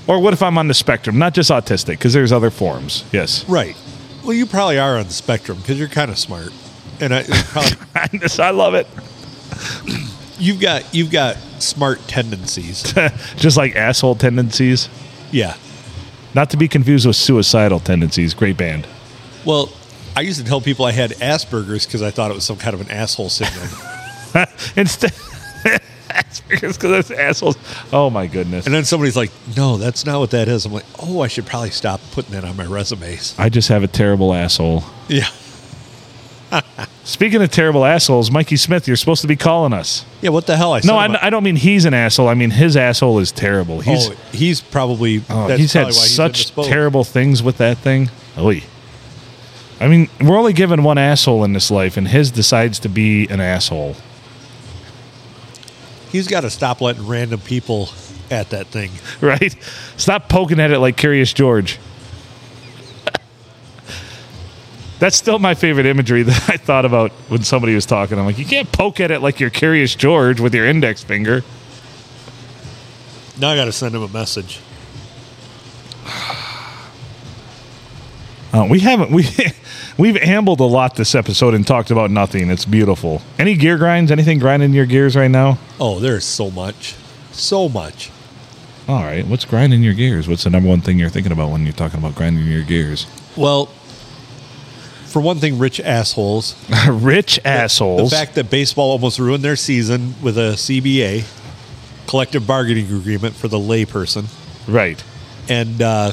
[SPEAKER 2] Or what if I'm on the spectrum, not just autistic, because there's other forms. Yes.
[SPEAKER 1] Right. Well, you probably are on the spectrum because you're kind of smart, and I, probably,
[SPEAKER 2] I love it.
[SPEAKER 1] you've got you've got smart tendencies.
[SPEAKER 2] just like asshole tendencies.
[SPEAKER 1] yeah.
[SPEAKER 2] Not to be confused with suicidal tendencies. Great band.
[SPEAKER 1] Well, I used to tell people I had Asperger's because I thought it was some kind of an asshole syndrome.
[SPEAKER 2] Instead, because that's assholes. Oh my goodness!
[SPEAKER 1] and then somebody's like, "No, that's not what that is." I'm like, "Oh, I should probably stop putting that on my resumes."
[SPEAKER 2] I just have a terrible asshole.
[SPEAKER 1] Yeah.
[SPEAKER 2] Speaking of terrible assholes, Mikey Smith, you're supposed to be calling us.
[SPEAKER 1] Yeah. What the hell? I
[SPEAKER 2] No, I, I don't mean he's an asshole. I mean his asshole is terrible. He's
[SPEAKER 1] He's, oh, he's probably.
[SPEAKER 2] Oh,
[SPEAKER 1] that's
[SPEAKER 2] he's had
[SPEAKER 1] probably why he's
[SPEAKER 2] such
[SPEAKER 1] indisposed.
[SPEAKER 2] terrible things with that thing. Oy. I mean, we're only given one asshole in this life, and his decides to be an asshole.
[SPEAKER 1] He's got to stop letting random people at that thing.
[SPEAKER 2] right? Stop poking at it like Curious George. That's still my favorite imagery that I thought about when somebody was talking. I'm like, you can't poke at it like you're Curious George with your index finger.
[SPEAKER 1] Now I got to send him a message.
[SPEAKER 2] Uh, we haven't we we've ambled a lot this episode and talked about nothing. It's beautiful. Any gear grinds? Anything grinding your gears right now?
[SPEAKER 1] Oh, there's so much, so much.
[SPEAKER 2] All right. What's grinding your gears? What's the number one thing you're thinking about when you're talking about grinding your gears?
[SPEAKER 1] Well, for one thing, rich assholes.
[SPEAKER 2] Rich assholes.
[SPEAKER 1] The fact that baseball almost ruined their season with a CBA, collective bargaining agreement for the layperson,
[SPEAKER 2] right.
[SPEAKER 1] and uh,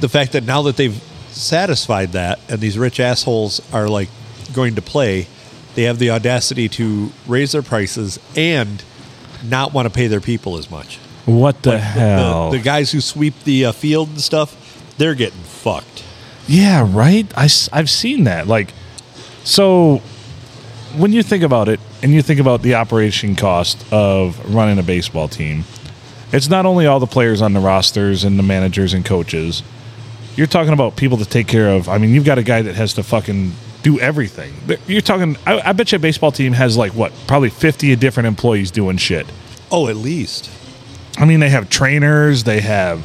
[SPEAKER 1] the fact that now that they've satisfied that, and these rich assholes are like going to play, they have the audacity to raise their prices and not want to pay their people as much.
[SPEAKER 2] What the
[SPEAKER 1] The-
[SPEAKER 2] hell?
[SPEAKER 1] The, guys who sweep the uh, field and stuff, they're getting fucked.
[SPEAKER 2] Yeah, right. I, have seen that. Like, so when you think about it and you think about the operation cost of running a baseball team, it's not only all the players on the rosters and the managers and coaches. You're talking about people to take care of. I mean, you've got a guy that has to fucking do everything. You're talking, I, I bet you a baseball team has like what, probably 50 different employees doing shit.
[SPEAKER 1] Oh, at least.
[SPEAKER 2] I mean, they have trainers, they have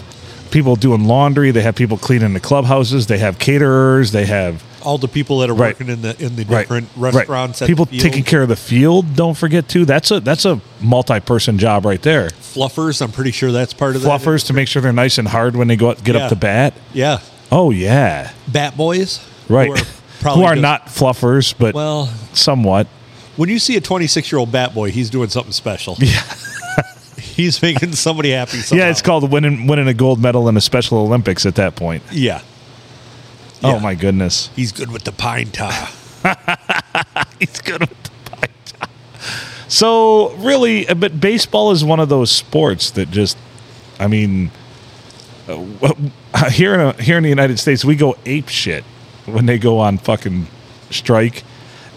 [SPEAKER 2] people doing laundry, they have people cleaning the clubhouses, they have caterers, they have
[SPEAKER 1] All the people that are
[SPEAKER 2] Right.
[SPEAKER 1] working in the in the
[SPEAKER 2] right,
[SPEAKER 1] different
[SPEAKER 2] right.
[SPEAKER 1] restaurants, at
[SPEAKER 2] people
[SPEAKER 1] the field,
[SPEAKER 2] taking care of the field. Don't forget too. That's a that's a multi-person job right there.
[SPEAKER 1] fluffers. I'm pretty sure that's part of that.
[SPEAKER 2] Fluffers to make sure they're nice and hard when they go out, get
[SPEAKER 1] Yeah.
[SPEAKER 2] up to bat.
[SPEAKER 1] Yeah,
[SPEAKER 2] Oh yeah,
[SPEAKER 1] bat boys.
[SPEAKER 2] right.
[SPEAKER 1] Who are,
[SPEAKER 2] Who
[SPEAKER 1] probably
[SPEAKER 2] are
[SPEAKER 1] just-
[SPEAKER 2] not fluffers, but
[SPEAKER 1] Well,
[SPEAKER 2] somewhat.
[SPEAKER 1] when you see a 26 year old bat boy, he's doing something special. Yeah. he's making somebody happy. Somehow.
[SPEAKER 2] Yeah, it's called winning winning a gold medal in the Special Olympics at that point.
[SPEAKER 1] Yeah. Yeah.
[SPEAKER 2] Oh my goodness.
[SPEAKER 1] He's good with the pine tar.
[SPEAKER 2] He's good with the pie top. So really, uh, but baseball is one of those sports that just, I mean, uh, w- here in uh, here in the United States, we go ape shit when they go on fucking strike,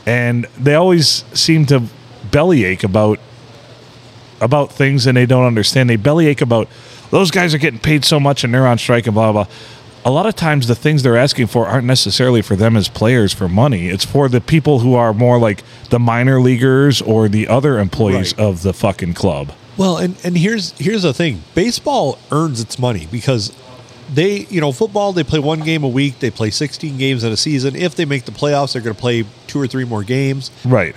[SPEAKER 2] and they always seem to bellyache about about things and they don't understand. They bellyache about those guys are getting paid so much and they're on strike and blah blah. blah. A lot of times, the things they're asking for aren't necessarily for them as players for money. It's for the people who are more like the minor leaguers or the other employees
[SPEAKER 1] Right.
[SPEAKER 2] of the fucking club.
[SPEAKER 1] Well, and and here's here's the thing: baseball earns its money because they, you know, football they play one game a week, they play 16 games in a season. If they make the playoffs, they're going to play two or three more games,
[SPEAKER 2] Right.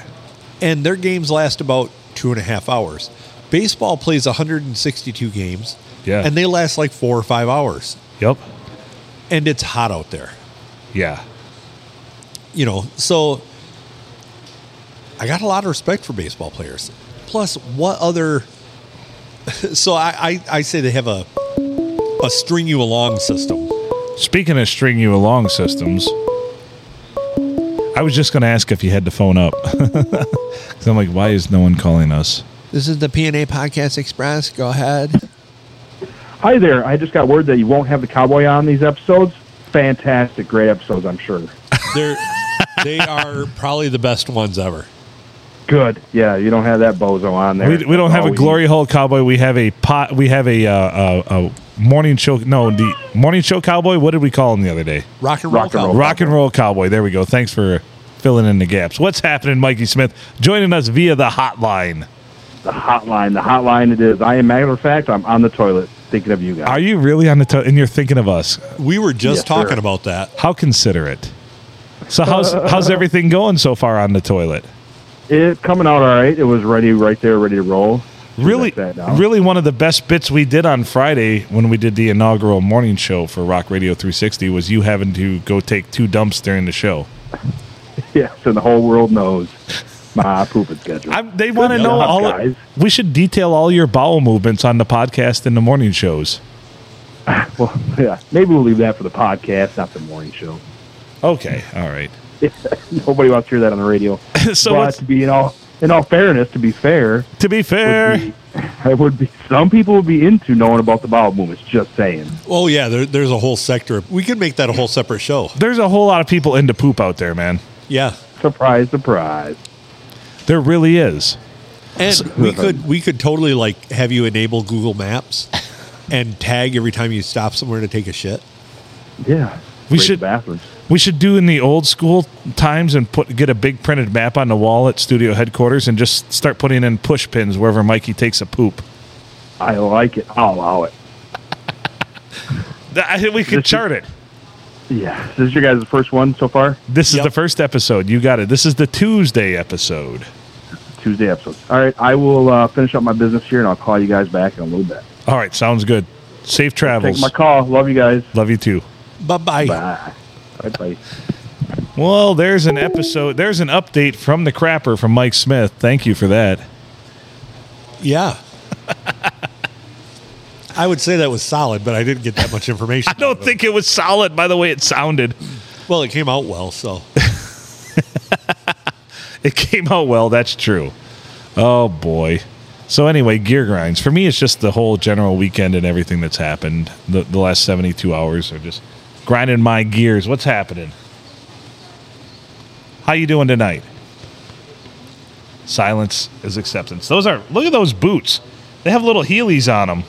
[SPEAKER 1] and their games last about two and a half hours. Baseball plays 162 games,
[SPEAKER 2] Yeah.
[SPEAKER 1] and they last like four or five hours,
[SPEAKER 2] Yep.
[SPEAKER 1] and it's hot out there,
[SPEAKER 2] Yeah.
[SPEAKER 1] you know. So I got a lot of respect for baseball players. Plus, what other? so I, I I say they have a a string you along system.
[SPEAKER 2] Speaking of string you along systems, I was just going to ask if you had the phone up. 'Cause I'm like, why is no one calling us?
[SPEAKER 3] This is the PNA Podcast Express. Go ahead.
[SPEAKER 6] Hi there. I just got word that you won't have the cowboy on these episodes. Fantastic, great episodes, I'm sure.
[SPEAKER 1] They're they are probably the best ones ever.
[SPEAKER 6] Good. Yeah, you don't have that bozo on there. Oh,
[SPEAKER 2] We, we don't have a glory hole cowboy. We have a pot. We have a uh, uh, a morning show. No, the morning show cowboy. What did we call him the other day?
[SPEAKER 1] Rock and roll.
[SPEAKER 6] Rock and
[SPEAKER 1] Cowboy.
[SPEAKER 6] roll.
[SPEAKER 2] Rock and roll cowboy. There we go. Thanks for filling in the gaps. What's happening, Mikey Smith? Joining us via the hotline.
[SPEAKER 6] The hotline. The hotline. It is. I am matter of fact. I'm on the toilet thinking of you guys.
[SPEAKER 2] Are you really on the? To- and you're thinking of us?
[SPEAKER 1] We were just
[SPEAKER 6] Yes,
[SPEAKER 1] talking
[SPEAKER 6] sir.
[SPEAKER 1] about that.
[SPEAKER 2] How considerate. So how's how's everything going so far on the toilet?
[SPEAKER 6] It coming out all right. It was ready right there, ready to roll.
[SPEAKER 2] Really,
[SPEAKER 6] That's that now.
[SPEAKER 2] really one of the best bits we did on Friday when we did the inaugural morning show for Rock Radio 360 was you having to go take two dumps during the show.
[SPEAKER 6] Yes, and the whole world knows my pooping schedule.
[SPEAKER 2] I'm, they want to know
[SPEAKER 6] job,
[SPEAKER 2] all.
[SPEAKER 6] guys.
[SPEAKER 2] We should detail all your bowel movements on the podcast and the morning shows.
[SPEAKER 6] well, yeah, maybe we'll leave that for the podcast, not the morning show.
[SPEAKER 2] Okay, all right.
[SPEAKER 6] Nobody wants to hear that on the radio.
[SPEAKER 2] so
[SPEAKER 6] but
[SPEAKER 2] what's,
[SPEAKER 6] to be in all in all fairness, to be fair,
[SPEAKER 2] to be fair,
[SPEAKER 6] would be, I would be. Some people would be into knowing about the bowel movements. Just saying.
[SPEAKER 1] Oh yeah, there, there's a whole sector. We could make that a whole separate show.
[SPEAKER 2] there's a whole lot of people into poop out there, man.
[SPEAKER 1] Yeah,
[SPEAKER 6] Surprise, surprise.
[SPEAKER 2] There really is.
[SPEAKER 1] And we could we could totally like have you enable Google Maps and tag every time you stop somewhere to take a shit.
[SPEAKER 6] Yeah.
[SPEAKER 2] We
[SPEAKER 6] Great
[SPEAKER 2] should-
[SPEAKER 6] bathrooms.
[SPEAKER 2] We should do in the old school times and put get a big printed map on the wall at studio headquarters and just start putting in push pins wherever Mikey takes a poop.
[SPEAKER 6] I like it. I'll allow it.
[SPEAKER 2] Th- I think we could
[SPEAKER 6] This is-
[SPEAKER 2] chart it.
[SPEAKER 6] Yeah. This is your guys' first one so far?
[SPEAKER 2] This is
[SPEAKER 1] Yep.
[SPEAKER 2] the first episode. You got it. This is the Tuesday episode.
[SPEAKER 6] Tuesday episodes. All right. I will uh, finish up my business here and I'll call you guys back in a little bit.
[SPEAKER 2] All right, sounds good. Safe
[SPEAKER 6] Take
[SPEAKER 2] travels.
[SPEAKER 6] my call. Love you guys.
[SPEAKER 2] Love you too.
[SPEAKER 1] Bye bye.
[SPEAKER 6] Bye. Bye. Bye.
[SPEAKER 2] Well, there's an episode. There's an update from the crapper from Mike Smith. Thank you for that.
[SPEAKER 1] Yeah. I would say that was solid, but I didn't get that much information.
[SPEAKER 2] I don't
[SPEAKER 1] out of it.
[SPEAKER 2] think it was solid by the way it sounded.
[SPEAKER 1] Well, it came out well, so
[SPEAKER 2] It came out well. That's true. Oh boy. So anyway, gear grinds. For me, it's just the whole general weekend and everything that's happened. The, the last seventy-two hours are just grinding my gears. What's happening? How you doing tonight? Silence is acceptance. Those are look at those boots. They have little heelys on them.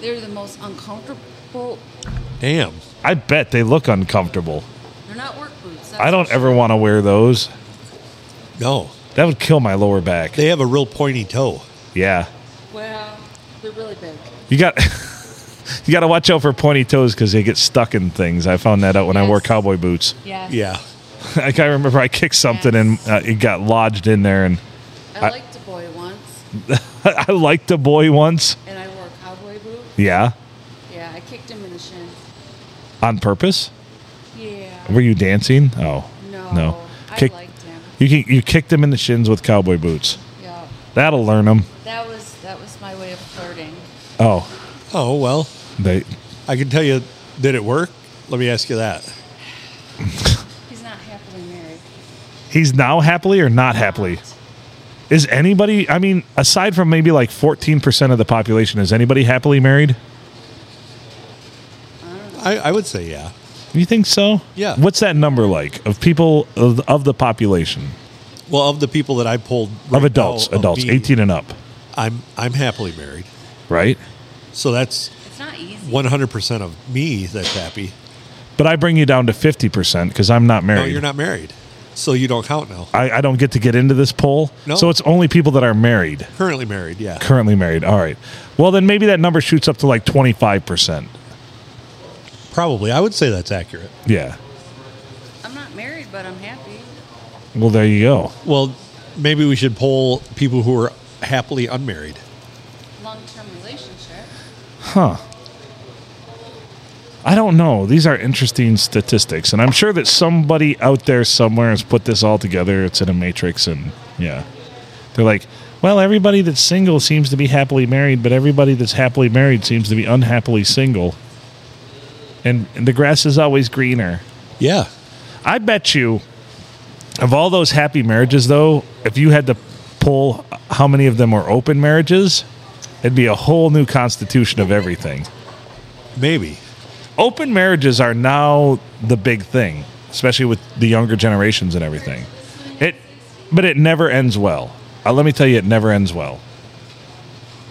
[SPEAKER 7] They're the most uncomfortable.
[SPEAKER 1] damn.
[SPEAKER 2] I bet they look uncomfortable.
[SPEAKER 7] They're not work boots. that's
[SPEAKER 2] I don't
[SPEAKER 7] for
[SPEAKER 2] ever want to wear those.
[SPEAKER 1] No.
[SPEAKER 2] That would kill my lower back.
[SPEAKER 1] They have a real pointy toe.
[SPEAKER 2] Yeah.
[SPEAKER 7] sure. Well, they're really big.
[SPEAKER 2] You got you got to watch out for pointy toes because they get stuck in things. I found that out when I wore
[SPEAKER 7] Yes.
[SPEAKER 2] cowboy boots.
[SPEAKER 7] Yeah.
[SPEAKER 1] Yeah.
[SPEAKER 2] like I remember I kicked something and uh, it got lodged in there. And
[SPEAKER 7] I liked a boy once,
[SPEAKER 2] I liked a boy once.
[SPEAKER 7] and I wore a cowboy boot.
[SPEAKER 2] Yeah,
[SPEAKER 7] Yeah, I kicked him in the shin.
[SPEAKER 2] on purpose.
[SPEAKER 7] Yeah.
[SPEAKER 2] Were you dancing? Oh
[SPEAKER 7] No.
[SPEAKER 2] no.
[SPEAKER 7] I
[SPEAKER 2] Kick-
[SPEAKER 7] liked him.
[SPEAKER 2] You ki- you kicked him in the shins with cowboy boots.
[SPEAKER 7] Yeah.
[SPEAKER 2] That'll learn him.
[SPEAKER 7] That was that was my way of flirting.
[SPEAKER 2] Oh,
[SPEAKER 1] Oh well.
[SPEAKER 2] they
[SPEAKER 1] I can tell you did it work? Let me ask you that.
[SPEAKER 7] He's not happily married.
[SPEAKER 2] he's now happily or not happily. Is anybody? I mean, aside from maybe like fourteen percent of the population, is anybody happily married?
[SPEAKER 1] I, I would say yeah.
[SPEAKER 2] You think so?
[SPEAKER 1] Yeah.
[SPEAKER 2] What's that number like of people of, of the population
[SPEAKER 1] Well, of the people that I pulled
[SPEAKER 2] of
[SPEAKER 1] right
[SPEAKER 2] adults,
[SPEAKER 1] now, oh, of
[SPEAKER 2] adults,
[SPEAKER 1] me,
[SPEAKER 2] eighteen and up,
[SPEAKER 1] I'm I'm happily married.
[SPEAKER 2] right?
[SPEAKER 1] So that's
[SPEAKER 7] It's not easy.
[SPEAKER 1] one hundred percent of me that's happy.
[SPEAKER 2] But I bring you down to fifty percent because I'm not married.
[SPEAKER 1] No, Oh, you're not married. So you don't count now.
[SPEAKER 2] I, I don't get to get into this poll,
[SPEAKER 1] No.
[SPEAKER 2] so it's only people that are married,
[SPEAKER 1] Currently married, yeah.
[SPEAKER 2] currently married. All right. Well, then maybe that number shoots up to like twenty five percent.
[SPEAKER 1] Probably. I would say that's accurate.
[SPEAKER 2] Yeah.
[SPEAKER 7] I'm not married, but I'm happy.
[SPEAKER 2] Well, there you go.
[SPEAKER 1] Well, maybe we should poll people who are happily unmarried.
[SPEAKER 7] Long-term relationship.
[SPEAKER 2] I don't know. These are interesting statistics, and I'm sure that somebody out there somewhere has put this all together. It's in a matrix, and yeah, they're like, well, everybody that's single seems to be happily married, but everybody that's happily married seems to be unhappily single, and, and the grass is always greener.
[SPEAKER 1] Yeah.
[SPEAKER 2] I bet you, of all those happy marriages, though, if you had to pull how many of them were open marriages, it'd be a whole new constitution of everything
[SPEAKER 1] Maybe.
[SPEAKER 2] open marriages are now the big thing, especially with the younger generations and everything. It, but it never ends well. Uh, let me tell you, it never ends well.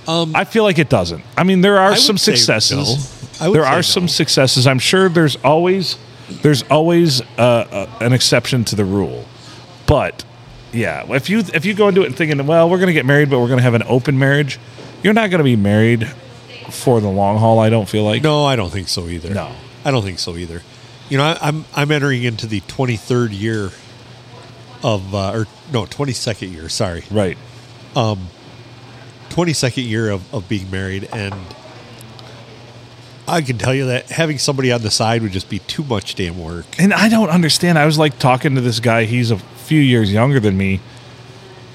[SPEAKER 1] Um,
[SPEAKER 2] I feel like it doesn't. I mean, there are
[SPEAKER 1] would
[SPEAKER 2] some
[SPEAKER 1] say
[SPEAKER 2] successes.
[SPEAKER 1] no. I would
[SPEAKER 2] there
[SPEAKER 1] say
[SPEAKER 2] are
[SPEAKER 1] no.
[SPEAKER 2] some successes. I'm sure there's always there's always uh, uh, an exception to the rule, but yeah, if you if you go into it and thinking, well, we're going to get married, but we're going to have an open marriage, you're not going to be married for the long haul. I don't feel like.
[SPEAKER 1] No, I don't think so either.
[SPEAKER 2] No.
[SPEAKER 1] I don't think so either. You know, I, I'm I'm entering into the 23rd year of uh, or no 22nd year. Sorry,
[SPEAKER 2] Right.
[SPEAKER 1] 22nd year of, of being married, and I can tell you that having somebody on the side would just be too much damn work.
[SPEAKER 2] And I don't understand. I was like talking to this guy. He's a few years younger than me,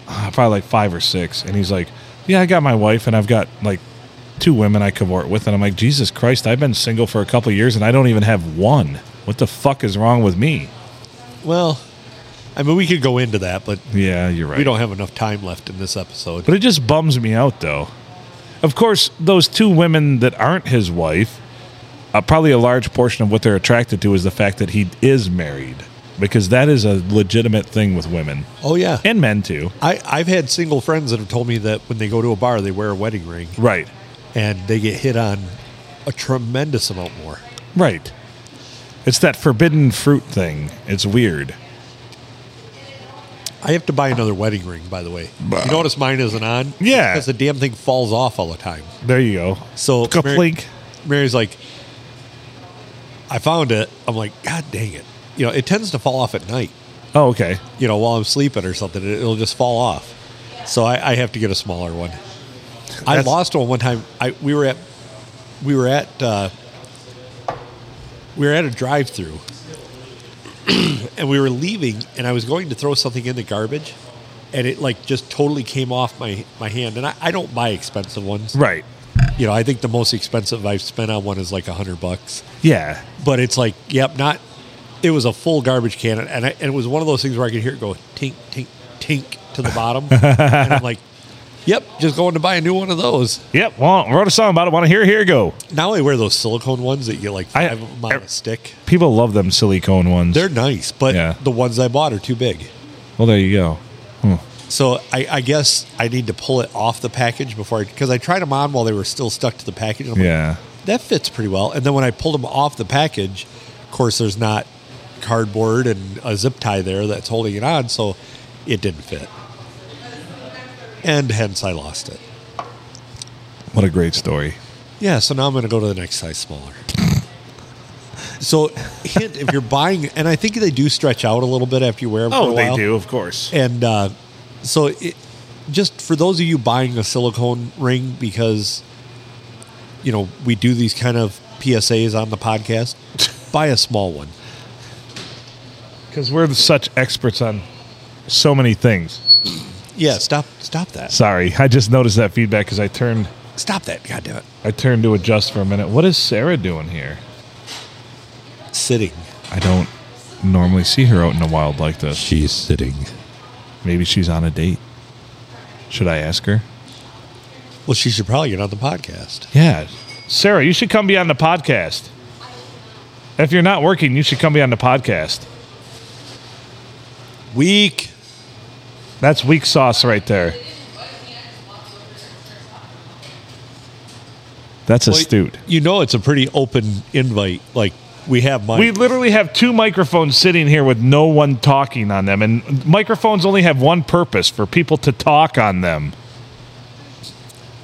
[SPEAKER 2] uh, probably like five or six. And he's like, Yeah, I got my wife and I've got like two women I cavort with. And I'm like, Jesus Christ, I've been single for a couple of years and I don't even have one. What the fuck is wrong with me?
[SPEAKER 1] Well, I mean, we could go into that, but
[SPEAKER 2] Yeah, you're right.
[SPEAKER 1] we don't have enough time left in this episode.
[SPEAKER 2] But it just bums me out, though. Of course, those two women that aren't his wife, uh, probably a large portion of what they're attracted to is the fact that he is married. because that is a legitimate thing with women
[SPEAKER 1] Oh yeah.
[SPEAKER 2] and men too.
[SPEAKER 1] I, I've had single friends that have told me that when they go to a bar, they wear a wedding ring
[SPEAKER 2] Right.
[SPEAKER 1] and they get hit on a tremendous amount more.
[SPEAKER 2] Right. It's that forbidden fruit thing. It's weird.
[SPEAKER 1] I have to buy another wedding ring, by the way. You notice mine isn't on?
[SPEAKER 2] Yeah.
[SPEAKER 1] Because the damn thing falls off all the time.
[SPEAKER 2] There you go.
[SPEAKER 1] So
[SPEAKER 2] Kaplink.
[SPEAKER 1] Mary's like, I found it. I'm like, God dang it. You know, it tends to fall off at night,
[SPEAKER 2] Oh, okay.
[SPEAKER 1] you know, while I'm sleeping or something. It, will just fall off. So I, I have to get a smaller one. I
[SPEAKER 2] That's-
[SPEAKER 1] lost one one time. I we were at we were at uh, we were at a drive through and we were leaving and I was going to throw something in the garbage and it like just totally came off my, my hand. And I, I don't buy expensive ones.
[SPEAKER 2] Right.
[SPEAKER 1] You know, I think the most expensive I've spent on one is like a hundred bucks.
[SPEAKER 2] Yeah.
[SPEAKER 1] But it's like, yep, not. It was a full garbage can, and, I, and it was one of those things where I could hear it go tink, tink, tink to the bottom, and I'm like, yep, just going to buy a new one of those.
[SPEAKER 2] Yep. Well, wrote a song about it. Want to hear? it? Here you go.
[SPEAKER 1] Now I wear those silicone ones that you get like
[SPEAKER 2] I-
[SPEAKER 1] five of 'em on
[SPEAKER 2] I-
[SPEAKER 1] a stick.
[SPEAKER 2] People love them silicone ones.
[SPEAKER 1] They're nice, but
[SPEAKER 2] Yeah.
[SPEAKER 1] the ones I bought are too big.
[SPEAKER 2] well, there you go.
[SPEAKER 1] So I, I guess I need to pull it off the package before I because I tried them on while they were still stuck to the package. and I'm like,
[SPEAKER 2] Yeah.
[SPEAKER 1] that fits pretty well. And then when I pulled them off the package, of course, there's not cardboard and a zip tie there that's holding it on, so it didn't fit. And hence I lost it.
[SPEAKER 2] What a great story.
[SPEAKER 1] Yeah, so now I'm going to go to the next size smaller. So, hint if you're buying, and I think they do stretch out a little bit after you wear them.
[SPEAKER 2] Oh,
[SPEAKER 1] for a while.
[SPEAKER 2] of course.
[SPEAKER 1] And uh, so, it, just for those of you buying a silicone ring, because you know we do these kind of PSAs on the podcast, buy a small one.
[SPEAKER 2] Because we're such experts on so many things.
[SPEAKER 1] Yeah, stop, stop that,
[SPEAKER 2] Sorry, I just noticed that feedback because I turned
[SPEAKER 1] stop that. God damn it,
[SPEAKER 2] I turned to adjust for a minute. What is Sarah doing here?
[SPEAKER 1] sitting.
[SPEAKER 2] I don't normally see her out in the wild like this.
[SPEAKER 1] She's sitting.
[SPEAKER 2] Maybe she's on a date. Should I ask her?
[SPEAKER 1] Well, she should probably get on the podcast.
[SPEAKER 2] Yeah. Sarah, you should come be on the podcast. If you're not working, you should come be on the podcast.
[SPEAKER 1] Weak.
[SPEAKER 2] That's weak sauce right there. That's
[SPEAKER 1] Well,
[SPEAKER 2] astute.
[SPEAKER 1] You know, it's a pretty open invite. Like we have mine.
[SPEAKER 2] We literally have two microphones sitting here with no one talking on them, and microphones only have one purpose for people to talk on them.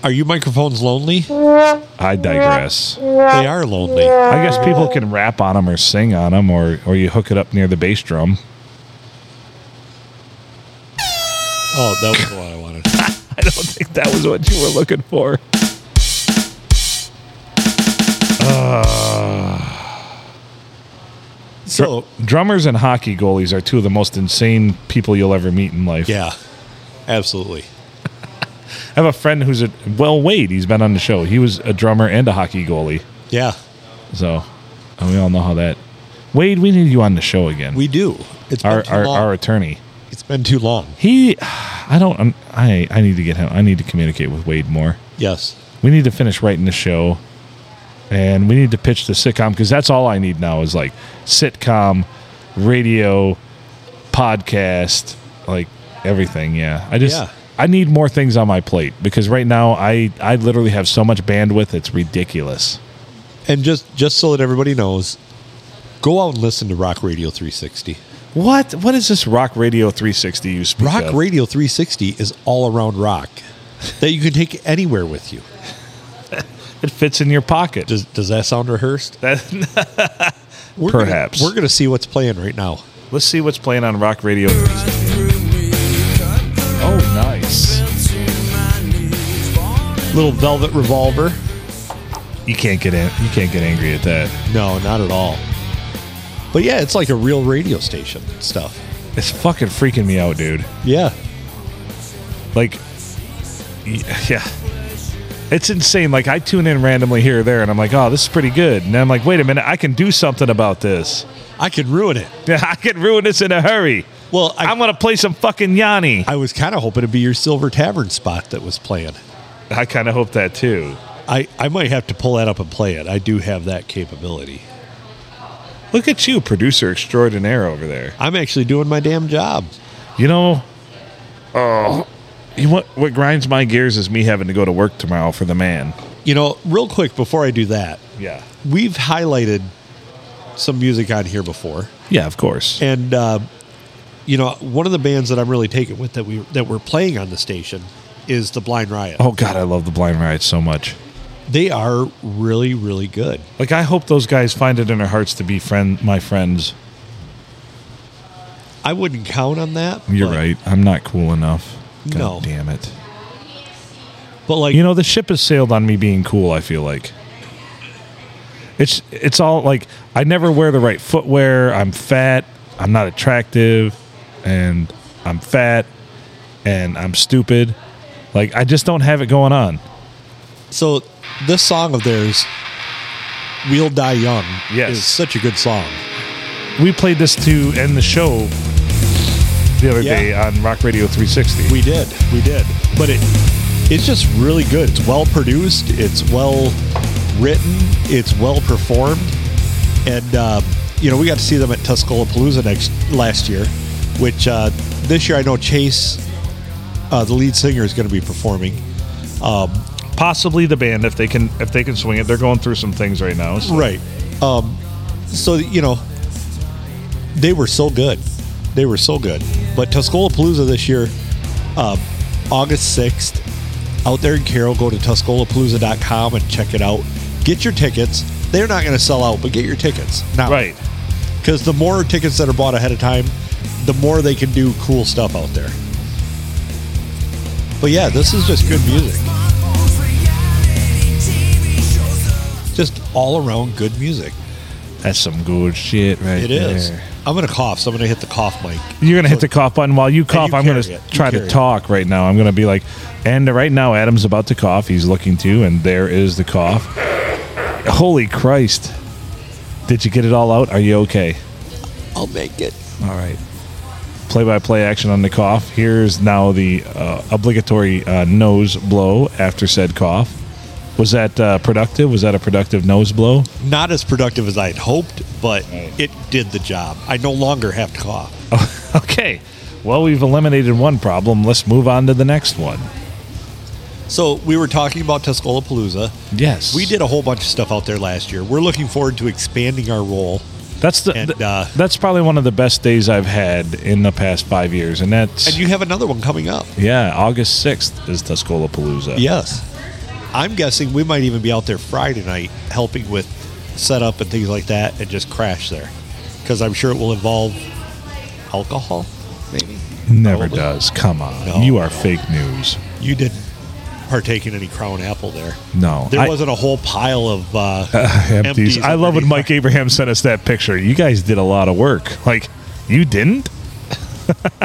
[SPEAKER 1] Are you microphones lonely?
[SPEAKER 2] I digress.
[SPEAKER 1] They are lonely.
[SPEAKER 2] I guess people can rap on them or sing on them, or, or you hook it up near the bass drum.
[SPEAKER 1] Oh, that was the one I wanted.
[SPEAKER 2] I don't think that was what you were looking for.
[SPEAKER 1] So
[SPEAKER 2] Drummers and hockey goalies are two of the most insane people you'll ever meet in life.
[SPEAKER 1] yeah, absolutely.
[SPEAKER 2] I have a friend who's a well Wade. He's been on the show. He was a drummer and a hockey goalie.
[SPEAKER 1] Yeah,
[SPEAKER 2] So, and we all know how that. Wade, we need you on the show again.
[SPEAKER 1] we do. It's been
[SPEAKER 2] our
[SPEAKER 1] too
[SPEAKER 2] our,
[SPEAKER 1] long.
[SPEAKER 2] our attorney.
[SPEAKER 1] It's been too long.
[SPEAKER 2] He, I don't. I'm, I I need to get him. I need to communicate with Wade more.
[SPEAKER 1] Yes.
[SPEAKER 2] We need to finish writing the show, and we need to pitch the sitcom because that's all I need now is like sitcom, radio, podcast, like everything. Yeah, I just
[SPEAKER 1] Yeah.
[SPEAKER 2] I need more things on my plate because right now I I literally have so much bandwidth it's ridiculous.
[SPEAKER 1] And just just so that everybody knows, go out and listen to Rock Radio 360.
[SPEAKER 2] What what is this Rock Radio 360 you speak
[SPEAKER 1] Rock
[SPEAKER 2] of?
[SPEAKER 1] Radio 360 is all around rock that you can take anywhere with you.
[SPEAKER 2] It fits in your pocket.
[SPEAKER 1] Does does that sound rehearsed? We're gonna-
[SPEAKER 2] Perhaps.
[SPEAKER 1] we're going to see what's playing right now.
[SPEAKER 2] Let's see what's playing on Rock Radio. Oh, nice.
[SPEAKER 1] Little Velvet Revolver.
[SPEAKER 2] You can't get in. You can't get angry at that.
[SPEAKER 1] No, not at all. But yeah, it's like a real radio station stuff.
[SPEAKER 2] It's fucking freaking me out, dude.
[SPEAKER 1] Yeah.
[SPEAKER 2] Like, y- yeah, it's insane. Like I tune in randomly here or there, and I'm like, oh, this is pretty good. And I'm like, wait a minute, I can do something about this.
[SPEAKER 1] I could ruin it.
[SPEAKER 2] Yeah, I can ruin this in a hurry.
[SPEAKER 1] Well, I,
[SPEAKER 2] I'm gonna play some fucking Yanni.
[SPEAKER 1] I was kind of hoping it'd be your Silver Tavern spot that was playing.
[SPEAKER 2] I kind of hope that too.
[SPEAKER 1] I, I might have to pull that up and play it. I do have that capability.
[SPEAKER 2] Look at you, producer extraordinaire over there.
[SPEAKER 1] I'm actually doing my damn job.
[SPEAKER 2] You know, oh, you what? What grinds my gears is me having to go to work tomorrow for the man.
[SPEAKER 1] You know, real quick before I do that,
[SPEAKER 2] Yeah,
[SPEAKER 1] we've highlighted some music on here before,
[SPEAKER 2] yeah, of course.
[SPEAKER 1] and uh, you know, one of the bands that I'm really taken with that we that we're playing on the station is the Blind Riot.
[SPEAKER 2] Oh God, I love the Blind Riot so much.
[SPEAKER 1] They are really, really good.
[SPEAKER 2] Like I hope those guys find it in their hearts to be friend my friends.
[SPEAKER 1] I wouldn't count on that.
[SPEAKER 2] You're
[SPEAKER 1] but-
[SPEAKER 2] right. I'm not cool enough. God
[SPEAKER 1] No.
[SPEAKER 2] damn it.
[SPEAKER 1] but like
[SPEAKER 2] You know, the ship has sailed on me being cool, I feel like. It's it's all like I never wear the right footwear, I'm fat, I'm not attractive, and I'm fat and I'm stupid. Like I just don't have it going on.
[SPEAKER 1] So this song of theirs, "We'll Die Young,"
[SPEAKER 2] Yes.
[SPEAKER 1] is such a good song.
[SPEAKER 2] We played this to end the show the other
[SPEAKER 1] Yeah.
[SPEAKER 2] day on Rock Radio 360.
[SPEAKER 1] We did, we did. But it, it's just really good. It's well produced. It's well written. It's well performed. And uh, you know, we got to see them at Tuscaloosa next last year, which uh, this year I know Chase, uh, the lead singer, is going to be performing.
[SPEAKER 2] possibly the band if they can if they can swing it. They're going through some things right now. so-
[SPEAKER 1] Right. Um, so you know, they were so good. They were so good. But Tuscaloosa this year, uh, August sixth, out there in Carroll. Go to tuscaloosa.com and check it out. Get your tickets. They're not going to sell out, but get your tickets now.
[SPEAKER 2] Right.
[SPEAKER 1] Because the more tickets that are bought ahead of time, the more they can do cool stuff out there. But yeah, this is just good music. Just all around good music.
[SPEAKER 2] That's some good shit right
[SPEAKER 1] It is.
[SPEAKER 2] there.
[SPEAKER 1] I'm gonna cough, so I'm gonna hit the cough mic.
[SPEAKER 2] You're gonna hit the cough button while you cough.
[SPEAKER 1] you
[SPEAKER 2] I'm gonna
[SPEAKER 1] carry it. You
[SPEAKER 2] try
[SPEAKER 1] carry
[SPEAKER 2] to
[SPEAKER 1] it.
[SPEAKER 2] talk right now. I'm gonna be like, and right now Adam's about to cough. He's looking too, and there is the cough. Holy Christ! Did you get it all out? Are you okay?
[SPEAKER 3] I'll make it.
[SPEAKER 2] All right. Play-by-play action on the cough. Here's now the uh, obligatory uh, nose blow after said cough. Was that uh, productive? Was that a productive nose blow?
[SPEAKER 1] Not as productive as I had hoped, but it did the job. I no longer have to cough.
[SPEAKER 2] Okay. Well, we've eliminated one problem. Let's move on to the next one.
[SPEAKER 1] So we were talking about Tuscaloosa.
[SPEAKER 2] Yes.
[SPEAKER 1] We did a whole bunch of stuff out there last year. We're looking forward to expanding our role.
[SPEAKER 2] That's the
[SPEAKER 1] And,
[SPEAKER 2] th-
[SPEAKER 1] uh,
[SPEAKER 2] that's probably one of the best days I've had in the past five years, and that's
[SPEAKER 1] And you have another one coming up.
[SPEAKER 2] yeah, August sixth is Tuscola Palooza.
[SPEAKER 1] Yes. I'm guessing we might even be out there Friday night helping with setup and things like that and just crash there. Because I'm sure it will involve alcohol, maybe.
[SPEAKER 2] never
[SPEAKER 1] Probably.
[SPEAKER 2] does. Come on,
[SPEAKER 1] No.
[SPEAKER 2] you are fake news.
[SPEAKER 1] You didn't partake in any Crown Apple there.
[SPEAKER 2] No,
[SPEAKER 1] There
[SPEAKER 2] I-
[SPEAKER 1] wasn't a whole pile of uh,
[SPEAKER 2] empties.
[SPEAKER 1] empties
[SPEAKER 2] I love when
[SPEAKER 1] underneath.
[SPEAKER 2] Mike Abraham sent us that picture. You guys did a lot of work. Like you didn't.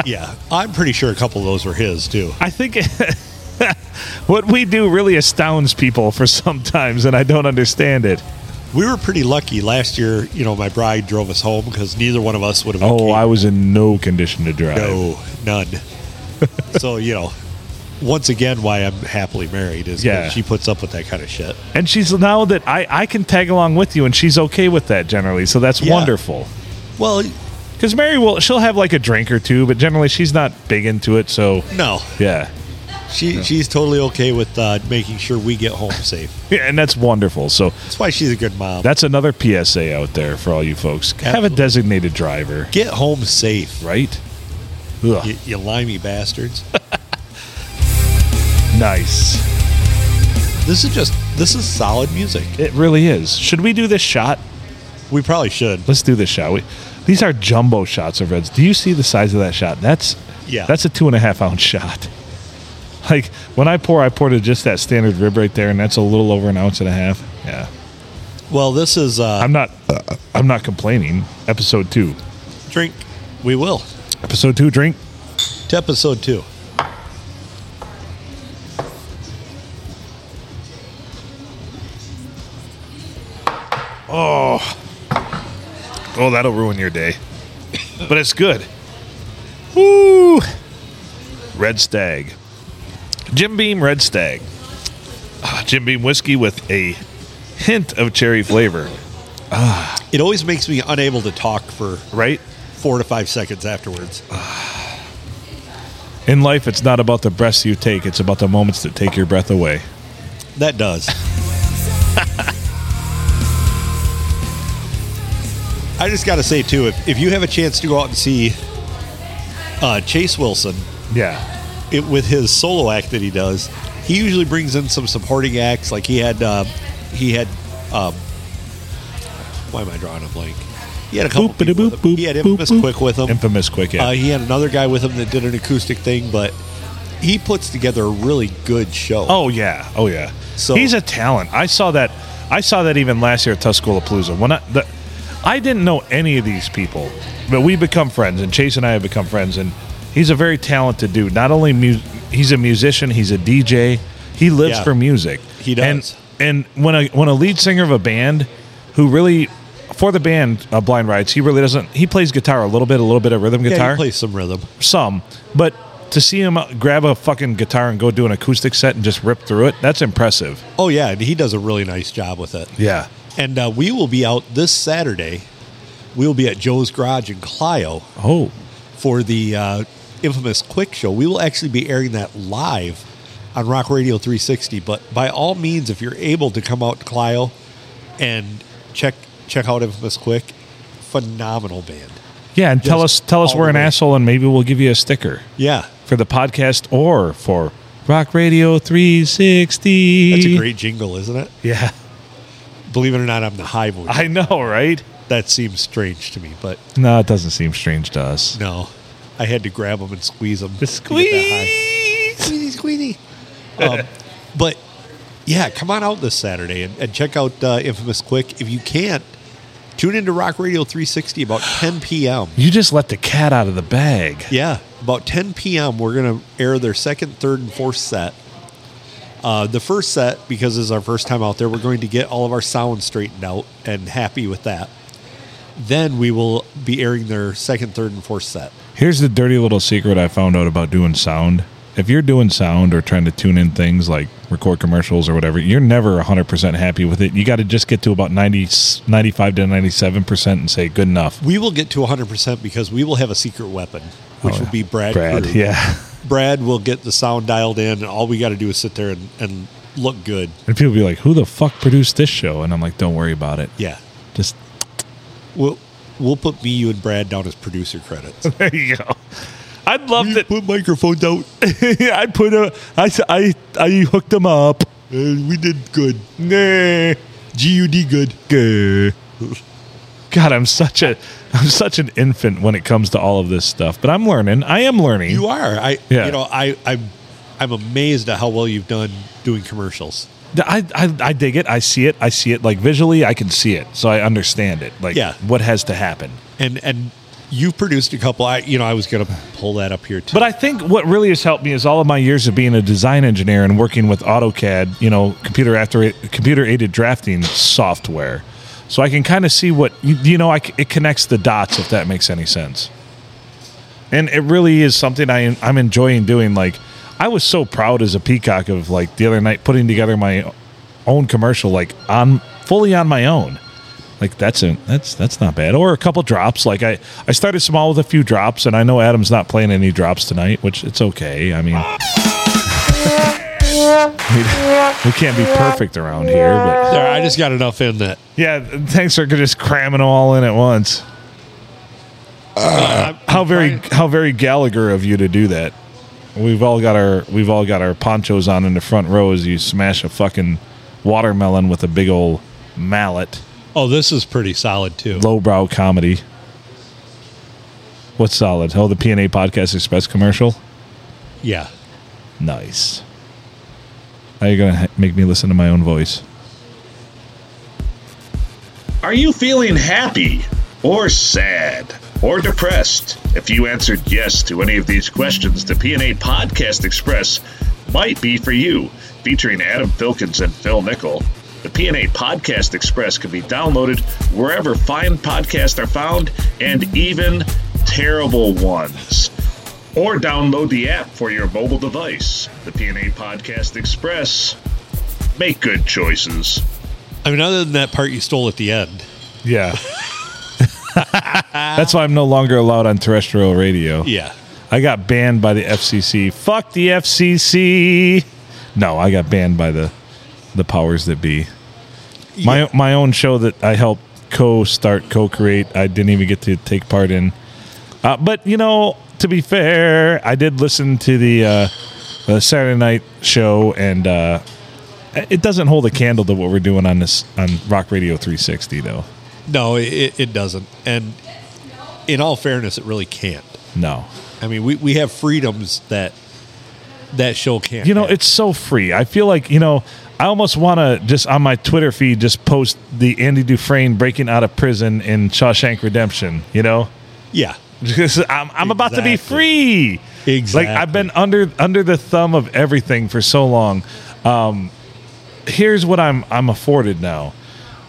[SPEAKER 1] Yeah, I'm pretty sure a couple of those were his too.
[SPEAKER 2] I think what we do really astounds people for sometimes, and I don't understand it.
[SPEAKER 1] We were pretty lucky last year. You know, my bride drove us home because neither one of us would have.
[SPEAKER 2] Oh, I was in no condition to drive.
[SPEAKER 1] no, none. so you know, once again, why I'm happily married is 'cause
[SPEAKER 2] Yeah.
[SPEAKER 1] she puts up with that kind of shit.
[SPEAKER 2] And she's now that I, I can tag along with you, and she's okay with that generally. So that's
[SPEAKER 1] Yeah.
[SPEAKER 2] wonderful.
[SPEAKER 1] Well,
[SPEAKER 2] Because Mary will she'll have like a drink or two, but generally she's not big into it. So
[SPEAKER 1] no,
[SPEAKER 2] yeah,
[SPEAKER 1] she she's totally okay with uh, making sure we get home safe.
[SPEAKER 2] yeah and that's wonderful. So
[SPEAKER 1] That's why she's a good mom.
[SPEAKER 2] that's another PSA out there for all you folks. Have a
[SPEAKER 1] Absolutely.
[SPEAKER 2] designated driver,
[SPEAKER 1] get home safe,
[SPEAKER 2] right? Ugh,
[SPEAKER 1] you, you limey bastards.
[SPEAKER 2] Nice.
[SPEAKER 1] this is just this is solid music.
[SPEAKER 2] It really is. Should we do this shot?
[SPEAKER 1] We probably should.
[SPEAKER 2] Let's do this shot. We, these are jumbo shots of reds. Do you see the size of that shot? That's
[SPEAKER 1] Yeah.
[SPEAKER 2] That's a two and a half ounce shot. Like when I pour, I pour to just that standard rib right there, and that's a little over an ounce and a half. Yeah.
[SPEAKER 1] Well, this is uh,
[SPEAKER 2] I'm not. I'm not complaining. Episode two.
[SPEAKER 1] drink. We will
[SPEAKER 2] Episode two. Drink.
[SPEAKER 1] to episode two.
[SPEAKER 2] Oh, that'll ruin your day. But it's good. Woo! Red Stag. Jim Beam Red Stag. Ah, Jim Beam whiskey with a hint of cherry flavor. Ah.
[SPEAKER 1] It always makes me unable to talk for
[SPEAKER 2] right?
[SPEAKER 1] four to five seconds afterwards.
[SPEAKER 2] In life, it's not about the breaths you take; it's about the moments that take your breath away.
[SPEAKER 1] That does. I just got to say, too, if, if you have a chance to go out and see uh, Chase Wilson
[SPEAKER 2] Yeah,
[SPEAKER 1] it, with his solo act that he does, he usually brings in some supporting acts. Like he had, uh, he had, um, why am I drawing a blank? He had a couple.
[SPEAKER 2] Boop,
[SPEAKER 1] people
[SPEAKER 2] boop,
[SPEAKER 1] with him.
[SPEAKER 2] boop,
[SPEAKER 1] he had
[SPEAKER 2] boop,
[SPEAKER 1] Infamous
[SPEAKER 2] boop.
[SPEAKER 1] Quick with him.
[SPEAKER 2] infamous quick. Yeah.
[SPEAKER 1] Uh, he had another guy with him that did an acoustic thing, but he puts together a really good show.
[SPEAKER 2] Oh yeah, oh yeah.
[SPEAKER 1] So-
[SPEAKER 2] he's a talent. I saw that. I saw that even last year at Tuscola Palooza. When I, the, I didn't know any of these people, but we become friends, and Chase and I have become friends. And he's a very talented dude. Not only mu- he's a musician, he's a DJ. He lives
[SPEAKER 1] Yeah.
[SPEAKER 2] for music.
[SPEAKER 1] He does.
[SPEAKER 2] And, and when a when a lead singer of a band, who really for the band uh, Blind Rides, he really doesn't. He plays guitar a little bit, a little bit of rhythm
[SPEAKER 1] yeah,
[SPEAKER 2] guitar
[SPEAKER 1] he plays some rhythm.
[SPEAKER 2] some, but to see him uh, grab a fucking guitar and go do an acoustic set and just rip through it, that's impressive.
[SPEAKER 1] Oh yeah, and he does a really nice job with it.
[SPEAKER 2] Yeah.
[SPEAKER 1] And uh, we will be out this Saturday. We'll be at Joe's Garage in Clio
[SPEAKER 2] Oh,
[SPEAKER 1] for the uh, infamous Quick Show. We will actually be airing that live on Rock Radio 360. But by all means, if you're able to come out to Clio and check check out Infamous Quick, phenomenal band.
[SPEAKER 2] yeah. And tell us,
[SPEAKER 1] Just
[SPEAKER 2] tell us
[SPEAKER 1] all
[SPEAKER 2] we're
[SPEAKER 1] the
[SPEAKER 2] an
[SPEAKER 1] way.
[SPEAKER 2] asshole, and maybe we'll give you a sticker
[SPEAKER 1] Yeah,
[SPEAKER 2] for the podcast or for Rock Radio 360.
[SPEAKER 1] that's a great jingle, isn't it?
[SPEAKER 2] Yeah,
[SPEAKER 1] Believe it or not, I'm the high mood.
[SPEAKER 2] I know, right?
[SPEAKER 1] that seems strange to me, but
[SPEAKER 2] No, it doesn't seem strange to us.
[SPEAKER 1] No, I had to grab them and squeeze them. Squeezy, squeezy. Um, but yeah, come on out this Saturday and, and check out uh, Infamous Quick. If you can't, tune into Rock Radio 360 about 10 p.m.
[SPEAKER 2] You just let the cat out of the bag.
[SPEAKER 1] Yeah, about 10 p.m. We're gonna air their second, third, and fourth set. Uh, the first set, because it's our first time out there, we're going to get all of our sound straightened out and happy with that. Then we will be airing their second, third, and fourth set.
[SPEAKER 2] Here's the dirty little secret I found out about doing sound. If you're doing sound or trying to tune in things like record commercials or whatever, you're never 100% happy with it. You got to just get to about 90, 95 to 97% and say, good enough.
[SPEAKER 1] We will get to 100% because we will have a secret weapon, which will be Brad.
[SPEAKER 2] Oh, Brad,
[SPEAKER 1] Crew.
[SPEAKER 2] yeah.
[SPEAKER 1] Brad will get the sound dialed in, and all we got to do is sit there and, and look good.
[SPEAKER 2] And people be like, who the fuck produced this show? And I'm like, don't worry about it.
[SPEAKER 1] Yeah.
[SPEAKER 2] Just,
[SPEAKER 1] We'll, we'll put me, you, and Brad down as producer credits.
[SPEAKER 2] there you go. I'd love
[SPEAKER 1] We put microphones out.
[SPEAKER 2] I put a, I, I, I hooked them up.
[SPEAKER 1] and we did good.
[SPEAKER 2] Nah.
[SPEAKER 1] GUD good.
[SPEAKER 2] Gah. God, I'm such a I'm such an infant when it comes to all of this stuff. But I'm learning. I am learning.
[SPEAKER 1] You are. I,
[SPEAKER 2] Yeah.
[SPEAKER 1] you know, I, I'm, I'm amazed at how well you've done doing commercials.
[SPEAKER 2] I, I I dig it. I see it. I see it like visually. I can see it, so I understand it. Like
[SPEAKER 1] Yeah.
[SPEAKER 2] what has to happen.
[SPEAKER 1] And, and you've produced a couple. I, you know, I was going to pull that up here too.
[SPEAKER 2] But I think what really has helped me is all of my years of being a design engineer and working with AutoCAD, you know, computer after computer aided drafting software. So I can kind of see what you, you know. I c it connects the dots if that makes any sense. And it really is something I I'm enjoying doing. Like I was so proud as a peacock of like the other night putting together my own commercial, like on fully on my own like that's a that's that's not bad or a couple drops like i i started small with a few drops and i know adam's not playing any drops tonight which it's okay i mean we, we can't be perfect around here but
[SPEAKER 1] there, I just got enough in that
[SPEAKER 2] yeah thanks for just cramming all in at once how very how very gallagher of you to do that we've all got our we've all got our ponchos on in the front row as you smash a fucking watermelon with a big old mallet
[SPEAKER 1] Oh, this is pretty solid too.
[SPEAKER 2] lowbrow comedy. What's solid? Oh, the PNA Podcast Express commercial.
[SPEAKER 1] Yeah.
[SPEAKER 2] Nice. Now you're gonna ha- make me listen to my own voice.
[SPEAKER 8] Are you feeling happy or sad or depressed? If you answered yes to any of these questions, the PNA Podcast Express might be for you, featuring Adam Filkins and Phil Nickel. The PNA Podcast Express can be downloaded wherever fine podcasts are found and even terrible ones. Or download the app for your mobile device. The PNA Podcast Express. Make good choices.
[SPEAKER 1] I mean, other than that part you stole at the end.
[SPEAKER 2] Yeah. That's why I'm no longer allowed on terrestrial radio.
[SPEAKER 1] Yeah.
[SPEAKER 2] I got banned by the FCC. Fuck the FCC. No, I got banned by the the powers that be. My my own show that I helped co-start, co-create. I didn't even get to take part in. Uh, but you know, to be fair, I did listen to the uh, the Saturday night show, and uh, it doesn't hold a candle to what we're doing on this on Rock Radio 360, though.
[SPEAKER 1] No, it, it doesn't. And in all fairness, it really can't.
[SPEAKER 2] No,
[SPEAKER 1] I mean, we, we have freedoms that that show can't.
[SPEAKER 2] you know
[SPEAKER 1] have.
[SPEAKER 2] it's so free i feel like you know i almost want to just on my twitter feed just post the andy dufresne breaking out of prison in shawshank redemption you know
[SPEAKER 1] yeah,
[SPEAKER 2] because i'm, I'm about to be
[SPEAKER 1] Exactly.
[SPEAKER 2] free like i've been under under the thumb of everything for so long um here's what i'm i'm afforded now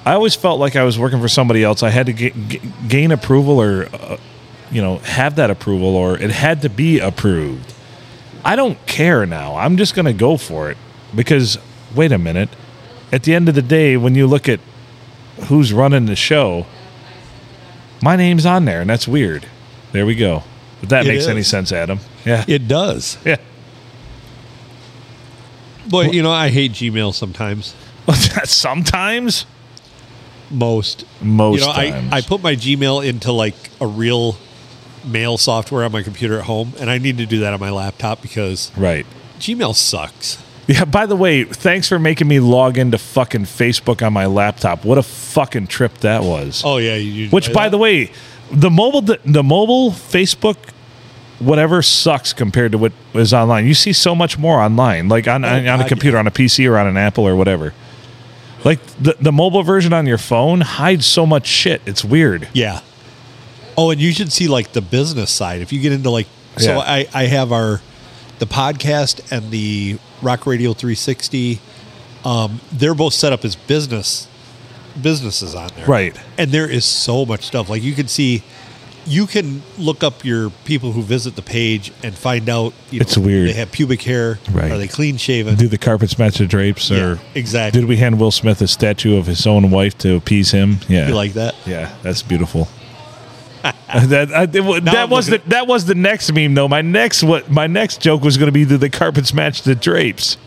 [SPEAKER 2] i always felt like i was working for somebody else i had to g- g- gain approval or uh, you know have that approval or it had to be approved I don't care now. I'm just going to go for it because wait a minute. At the end of the day, when you look at who's running the show, my name's on there, and that's weird. There we go. If that
[SPEAKER 1] It
[SPEAKER 2] makes any
[SPEAKER 1] is.
[SPEAKER 2] sense, Adam. Yeah.
[SPEAKER 1] it does.
[SPEAKER 2] Yeah.
[SPEAKER 1] But you know, I hate Gmail sometimes.
[SPEAKER 2] Sometimes,
[SPEAKER 1] Most
[SPEAKER 2] most
[SPEAKER 1] you know,
[SPEAKER 2] times.
[SPEAKER 1] I, I put my Gmail into like a real mail software on my computer at home, and I need to do that on my laptop because
[SPEAKER 2] right.
[SPEAKER 1] Gmail sucks.
[SPEAKER 2] Yeah, by the way, thanks for making me log into fucking Facebook on my laptop. What a fucking trip that was.
[SPEAKER 1] Oh yeah, you, you
[SPEAKER 2] Which, by the way, the mobile the mobile Facebook whatever sucks compared to what is online. You see so much more online, like on on, on a
[SPEAKER 1] God,
[SPEAKER 2] computer, on a PC, or on an Apple or whatever. Like the the mobile version on your phone hides so much shit. It's weird.
[SPEAKER 1] yeah. Oh, and you should see like the business side. If you get into like, so
[SPEAKER 2] Yeah.
[SPEAKER 1] I I have our the podcast and the Rock Radio 360. Um, they're both set up as business businesses on there,
[SPEAKER 2] Right.
[SPEAKER 1] and there is so much stuff like you can see you can look up your people who visit the page and find out you
[SPEAKER 2] It's weird.
[SPEAKER 1] they have pubic hair
[SPEAKER 2] Right.
[SPEAKER 1] are they clean shaven
[SPEAKER 2] Do the carpets match the drapes?
[SPEAKER 1] Yeah,
[SPEAKER 2] Or
[SPEAKER 1] exactly
[SPEAKER 2] did we hand Will Smith a statue of his own wife to appease him? Yeah,
[SPEAKER 1] You like that
[SPEAKER 2] Yeah, that's beautiful. that I- it wa-
[SPEAKER 1] Now
[SPEAKER 2] that
[SPEAKER 1] I'm
[SPEAKER 2] was the
[SPEAKER 1] looking
[SPEAKER 2] that was the next meme though. My next what my next joke was going to be that the carpets match the drapes.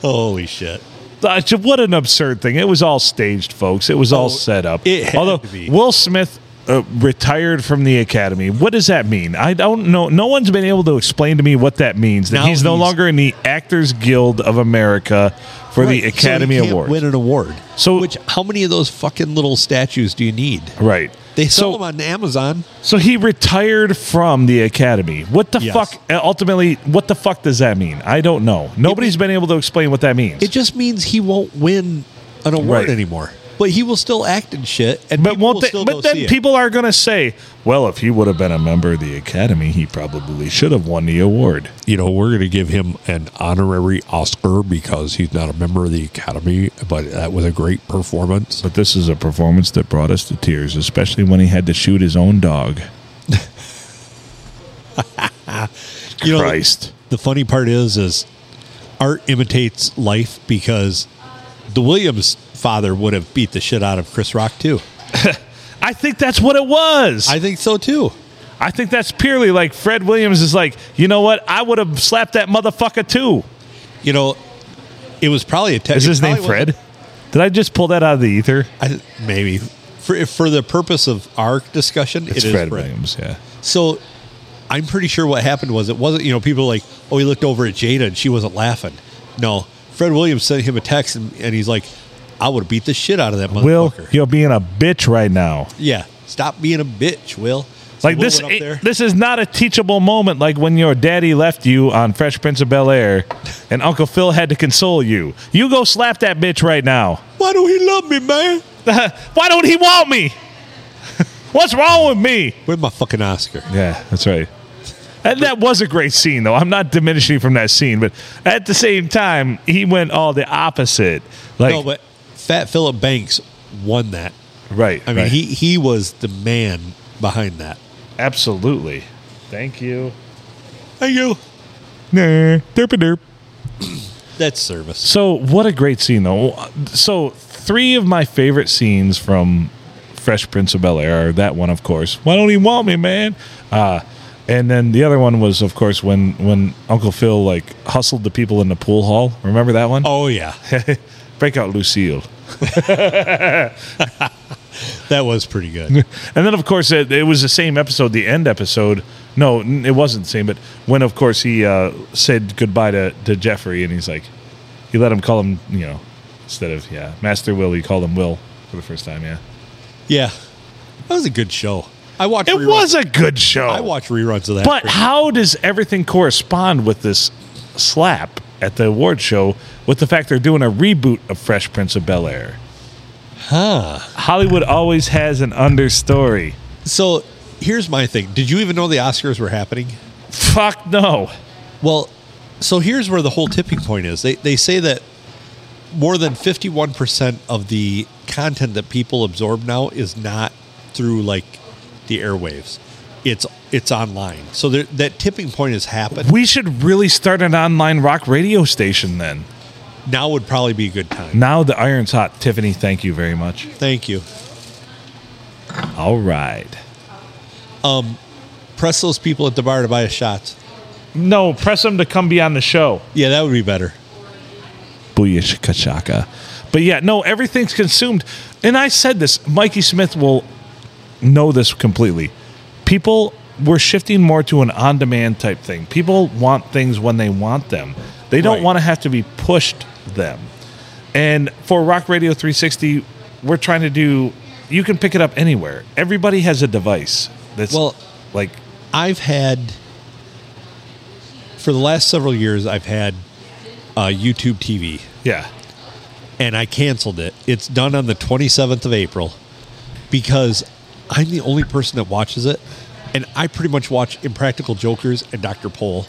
[SPEAKER 1] holy shit
[SPEAKER 2] Uh, ju- What an absurd thing! It was all staged, folks. It was all
[SPEAKER 1] Oh,
[SPEAKER 2] set up.
[SPEAKER 1] it had
[SPEAKER 2] Although
[SPEAKER 1] to be.
[SPEAKER 2] Will Smith uh, retired from the academy, what does that mean? I don't know. No one's been able to explain to me what that means. That
[SPEAKER 1] Now
[SPEAKER 2] he's, no
[SPEAKER 1] he's-
[SPEAKER 2] longer in the Actors Guild of America for
[SPEAKER 1] Right,
[SPEAKER 2] the
[SPEAKER 1] so you
[SPEAKER 2] Academy
[SPEAKER 1] can't
[SPEAKER 2] Award.
[SPEAKER 1] win an award
[SPEAKER 2] So-
[SPEAKER 1] which how many of those fucking little statues do you need
[SPEAKER 2] Right.
[SPEAKER 1] they sell
[SPEAKER 2] So-
[SPEAKER 1] them on Amazon
[SPEAKER 2] So he retired from the academy. What the
[SPEAKER 1] Yes.
[SPEAKER 2] fuck? uh, Ultimately, what the fuck does that mean? I don't know. Nobody's been able to explain what that means.
[SPEAKER 1] it just means he won't win an award
[SPEAKER 2] Right.
[SPEAKER 1] anymore but he will still act in shit and
[SPEAKER 2] but
[SPEAKER 1] people
[SPEAKER 2] won't
[SPEAKER 1] will
[SPEAKER 2] they,
[SPEAKER 1] still
[SPEAKER 2] But
[SPEAKER 1] go
[SPEAKER 2] then
[SPEAKER 1] see it.
[SPEAKER 2] people are going to say, "Well, if he would have been a member of the academy, he probably should have won the award."
[SPEAKER 1] you know, we're going to give him an honorary Oscar because he's not a member of the Academy, but that was a great performance.
[SPEAKER 2] But this is a performance that brought us to tears, especially when he had to shoot his own dog.
[SPEAKER 1] You know,
[SPEAKER 2] Christ.
[SPEAKER 1] The funny part is, is art imitates life because the Williams father would have beat the shit out of Chris Rock too.
[SPEAKER 2] I think that's what it was.
[SPEAKER 1] I think so too.
[SPEAKER 2] I think that's purely like Fred Williams is like, you know what? I would have slapped that motherfucker too.
[SPEAKER 1] You know, it was probably a te-
[SPEAKER 2] Is
[SPEAKER 1] it
[SPEAKER 2] his name
[SPEAKER 1] probably was-
[SPEAKER 2] Fred? Did I just pull that out of the ether?
[SPEAKER 1] I th- maybe for for the purpose of our discussion, it's Fred.
[SPEAKER 2] Williams. Yeah.
[SPEAKER 1] So I'm pretty sure what happened was it wasn't, you know, people were like, oh, he looked over at Jada and she wasn't laughing. No, Fred Williams sent him a text and, and he's like, I would have beat the shit out of that
[SPEAKER 2] Will,
[SPEAKER 1] motherfucker.
[SPEAKER 2] you're being a bitch right now.
[SPEAKER 1] yeah. Stop being a bitch, Will. So
[SPEAKER 2] Like
[SPEAKER 1] Will
[SPEAKER 2] this,
[SPEAKER 1] went up there.
[SPEAKER 2] it- this is not a teachable moment. Like when your daddy left you on Fresh Prince of Bel Air, and Uncle Phil had to console you. You go slap that bitch right now.
[SPEAKER 1] Why don't he love me, man?
[SPEAKER 2] Why don't he want me? What's wrong with me?
[SPEAKER 1] Where's my fucking Oscar?
[SPEAKER 2] Yeah, that's right. And that was a great scene, though. I'm not diminishing from that scene, but at the same time, he went all the opposite. Like,
[SPEAKER 1] no, but Fat Philip Banks won that.
[SPEAKER 2] right?
[SPEAKER 1] I mean,
[SPEAKER 2] right.
[SPEAKER 1] he, he was the man behind that.
[SPEAKER 2] absolutely. Thank you.
[SPEAKER 1] Thank you.
[SPEAKER 2] Nah, derp derp.
[SPEAKER 1] That's service.
[SPEAKER 2] So what a great scene though. So three of my favorite scenes from Fresh Prince of Bel Air, or that one, of course. Why don't you want me, man? Uh, and then the other one was, of course, when when Uncle Phil like hustled the people in the pool hall. Remember that one?
[SPEAKER 1] Oh yeah,
[SPEAKER 2] Break out Lucille.
[SPEAKER 1] that was pretty good.
[SPEAKER 2] And then, of course, it, it was the same episode, the end episode. No, n- it wasn't the same, but when, of course, he uh, said goodbye to, to Jeffrey, and he's like, he let him call him, you know, instead of, yeah, Master Will, he called him Will for the first time, yeah.
[SPEAKER 1] yeah, that was a good show. I watched.
[SPEAKER 2] It
[SPEAKER 1] reruns.
[SPEAKER 2] was a good show.
[SPEAKER 1] I watched reruns of that.
[SPEAKER 2] But
[SPEAKER 1] pretty-
[SPEAKER 2] how does everything correspond with this slap at the award show with the fact they're doing a reboot of Fresh Prince of Bel Air?
[SPEAKER 1] Huh.
[SPEAKER 2] Hollywood always has an understory.
[SPEAKER 1] So here's my thing. Did you even know the Oscars were happening?
[SPEAKER 2] Fuck no.
[SPEAKER 1] Well, so here's where the whole tipping point is. They they say that more than 51% of the content that people absorb now is not through like the airwaves. It's it's online. So there, that tipping point has happened.
[SPEAKER 2] We should really start an online rock radio station then.
[SPEAKER 1] Now would probably be a good time.
[SPEAKER 2] Now the iron's hot. Tiffany, thank you very much.
[SPEAKER 1] Thank you.
[SPEAKER 2] All right.
[SPEAKER 1] Press those people at the bar to buy us shots.
[SPEAKER 2] No, press them to come be on the show.
[SPEAKER 1] Yeah, that would be better.
[SPEAKER 2] Booyish kachaka. But yeah, no, everything's consumed. And I said this, Mikey Smith will know this completely. People were shifting more to an on demand type thing. People want things when they want them, they don't
[SPEAKER 1] Right.
[SPEAKER 2] want to have to be pushed them. And for Rock Radio 360, we're trying to do, you can pick it up anywhere. Everybody has a device that's
[SPEAKER 1] Well-
[SPEAKER 2] like,
[SPEAKER 1] I've had for the last several years I've had uh, YouTube TV.
[SPEAKER 2] yeah.
[SPEAKER 1] and I canceled it. It's done on the 27th of April because I'm the only person that watches it, and I pretty much watch Impractical Jokers and Dr. Pole.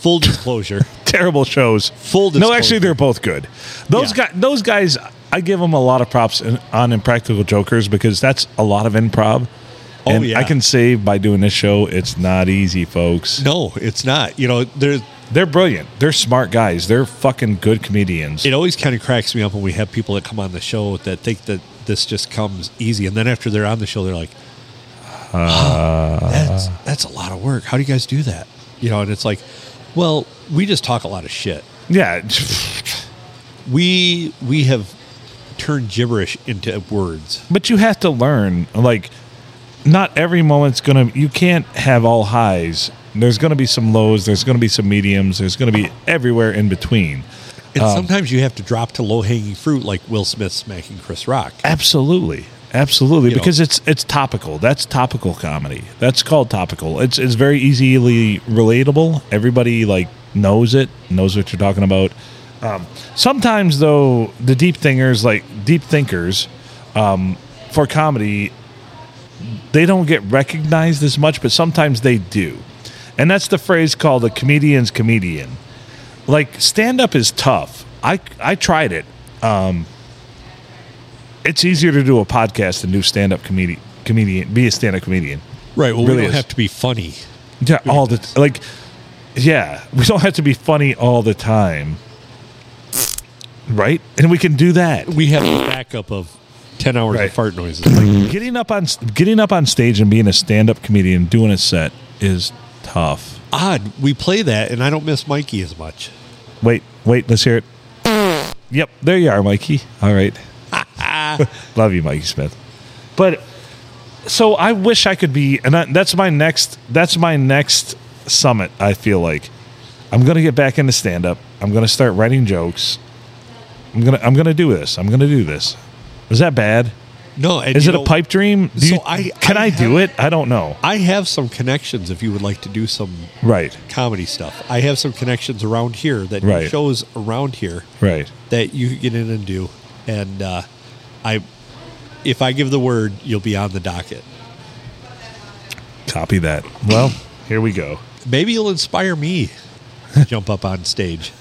[SPEAKER 1] Full disclosure.
[SPEAKER 2] terrible shows.
[SPEAKER 1] Full
[SPEAKER 2] No,
[SPEAKER 1] disclosure.
[SPEAKER 2] actually, they're both good. Those
[SPEAKER 1] Yeah.
[SPEAKER 2] guys, those guys, I give them a lot of props in, on Impractical Jokers because that's a lot of improv.
[SPEAKER 1] Oh,
[SPEAKER 2] and
[SPEAKER 1] yeah.
[SPEAKER 2] I can say by doing this show, it's not easy, folks.
[SPEAKER 1] no, it's not. You know, there.
[SPEAKER 2] They're brilliant. They're smart guys. They're fucking good comedians.
[SPEAKER 1] It always kind of cracks me up when we have people that come on the show that think that this just comes easy, and then after they're on the show, they're like, "That's that's a lot of work. How do you guys do that?" You know, and it's like, well, we just talk a lot of shit.
[SPEAKER 2] yeah,
[SPEAKER 1] we we have turned gibberish into words.
[SPEAKER 2] but you have to learn. Like, not every moment's gonna. You can't have all highs. There's gonna be some lows. There's gonna be some mediums. There's gonna be everywhere in between.
[SPEAKER 1] And sometimes you have to drop to low hanging fruit, like Will Smith smacking Chris Rock.
[SPEAKER 2] Absolutely. Absolutely,
[SPEAKER 1] You know.
[SPEAKER 2] because it's it's topical. That's topical comedy. That's called topical. It's it's very easily relatable. Everybody like knows it, knows what you're talking about. Um, sometimes though, the deep thinkers like deep thinkers um, for comedy, they don't get recognized as much, but sometimes they do, and that's the phrase called the comedian's comedian. Like stand up is tough. I I tried it it's easier to do a podcast than do stand up comedian comedian be a stand up comedian.
[SPEAKER 1] Right. Well,
[SPEAKER 2] Really
[SPEAKER 1] we don't
[SPEAKER 2] is.
[SPEAKER 1] have to be funny.
[SPEAKER 2] Yeah, all the like yeah, we don't have to be funny all the time. Right? And we can do that.
[SPEAKER 1] We have the backup of ten hours
[SPEAKER 2] Right.
[SPEAKER 1] of fart noises. Like,
[SPEAKER 2] Getting up on getting up on stage and being a stand up comedian doing a set is tough.
[SPEAKER 1] odd. We play that, and I don't miss Mikey as much.
[SPEAKER 2] Wait, wait, let's hear it. Yep, there you are, Mikey. All right.
[SPEAKER 1] Ah.
[SPEAKER 2] Love you, Mikey Smith. But so I wish I could be, and I, that's my next. That's my next summit. I feel like I'm gonna get back into stand up. I'm gonna start writing jokes. I'm gonna I'm gonna do this. I'm gonna do this. Is that bad?
[SPEAKER 1] No, and
[SPEAKER 2] Is
[SPEAKER 1] you
[SPEAKER 2] it
[SPEAKER 1] know,
[SPEAKER 2] a pipe dream? Do
[SPEAKER 1] so
[SPEAKER 2] you-
[SPEAKER 1] I-
[SPEAKER 2] can I,
[SPEAKER 1] I
[SPEAKER 2] do it? I don't know.
[SPEAKER 1] I have some connections. If you would like to do some
[SPEAKER 2] Right,
[SPEAKER 1] comedy stuff, I have some connections around here that do
[SPEAKER 2] Right.
[SPEAKER 1] shows around here
[SPEAKER 2] right.
[SPEAKER 1] that you could get in and do. And uh, I, if I give the word, you'll be on the docket.
[SPEAKER 2] Copy that. Well, here we go.
[SPEAKER 1] Maybe you'll inspire me to jump up on stage.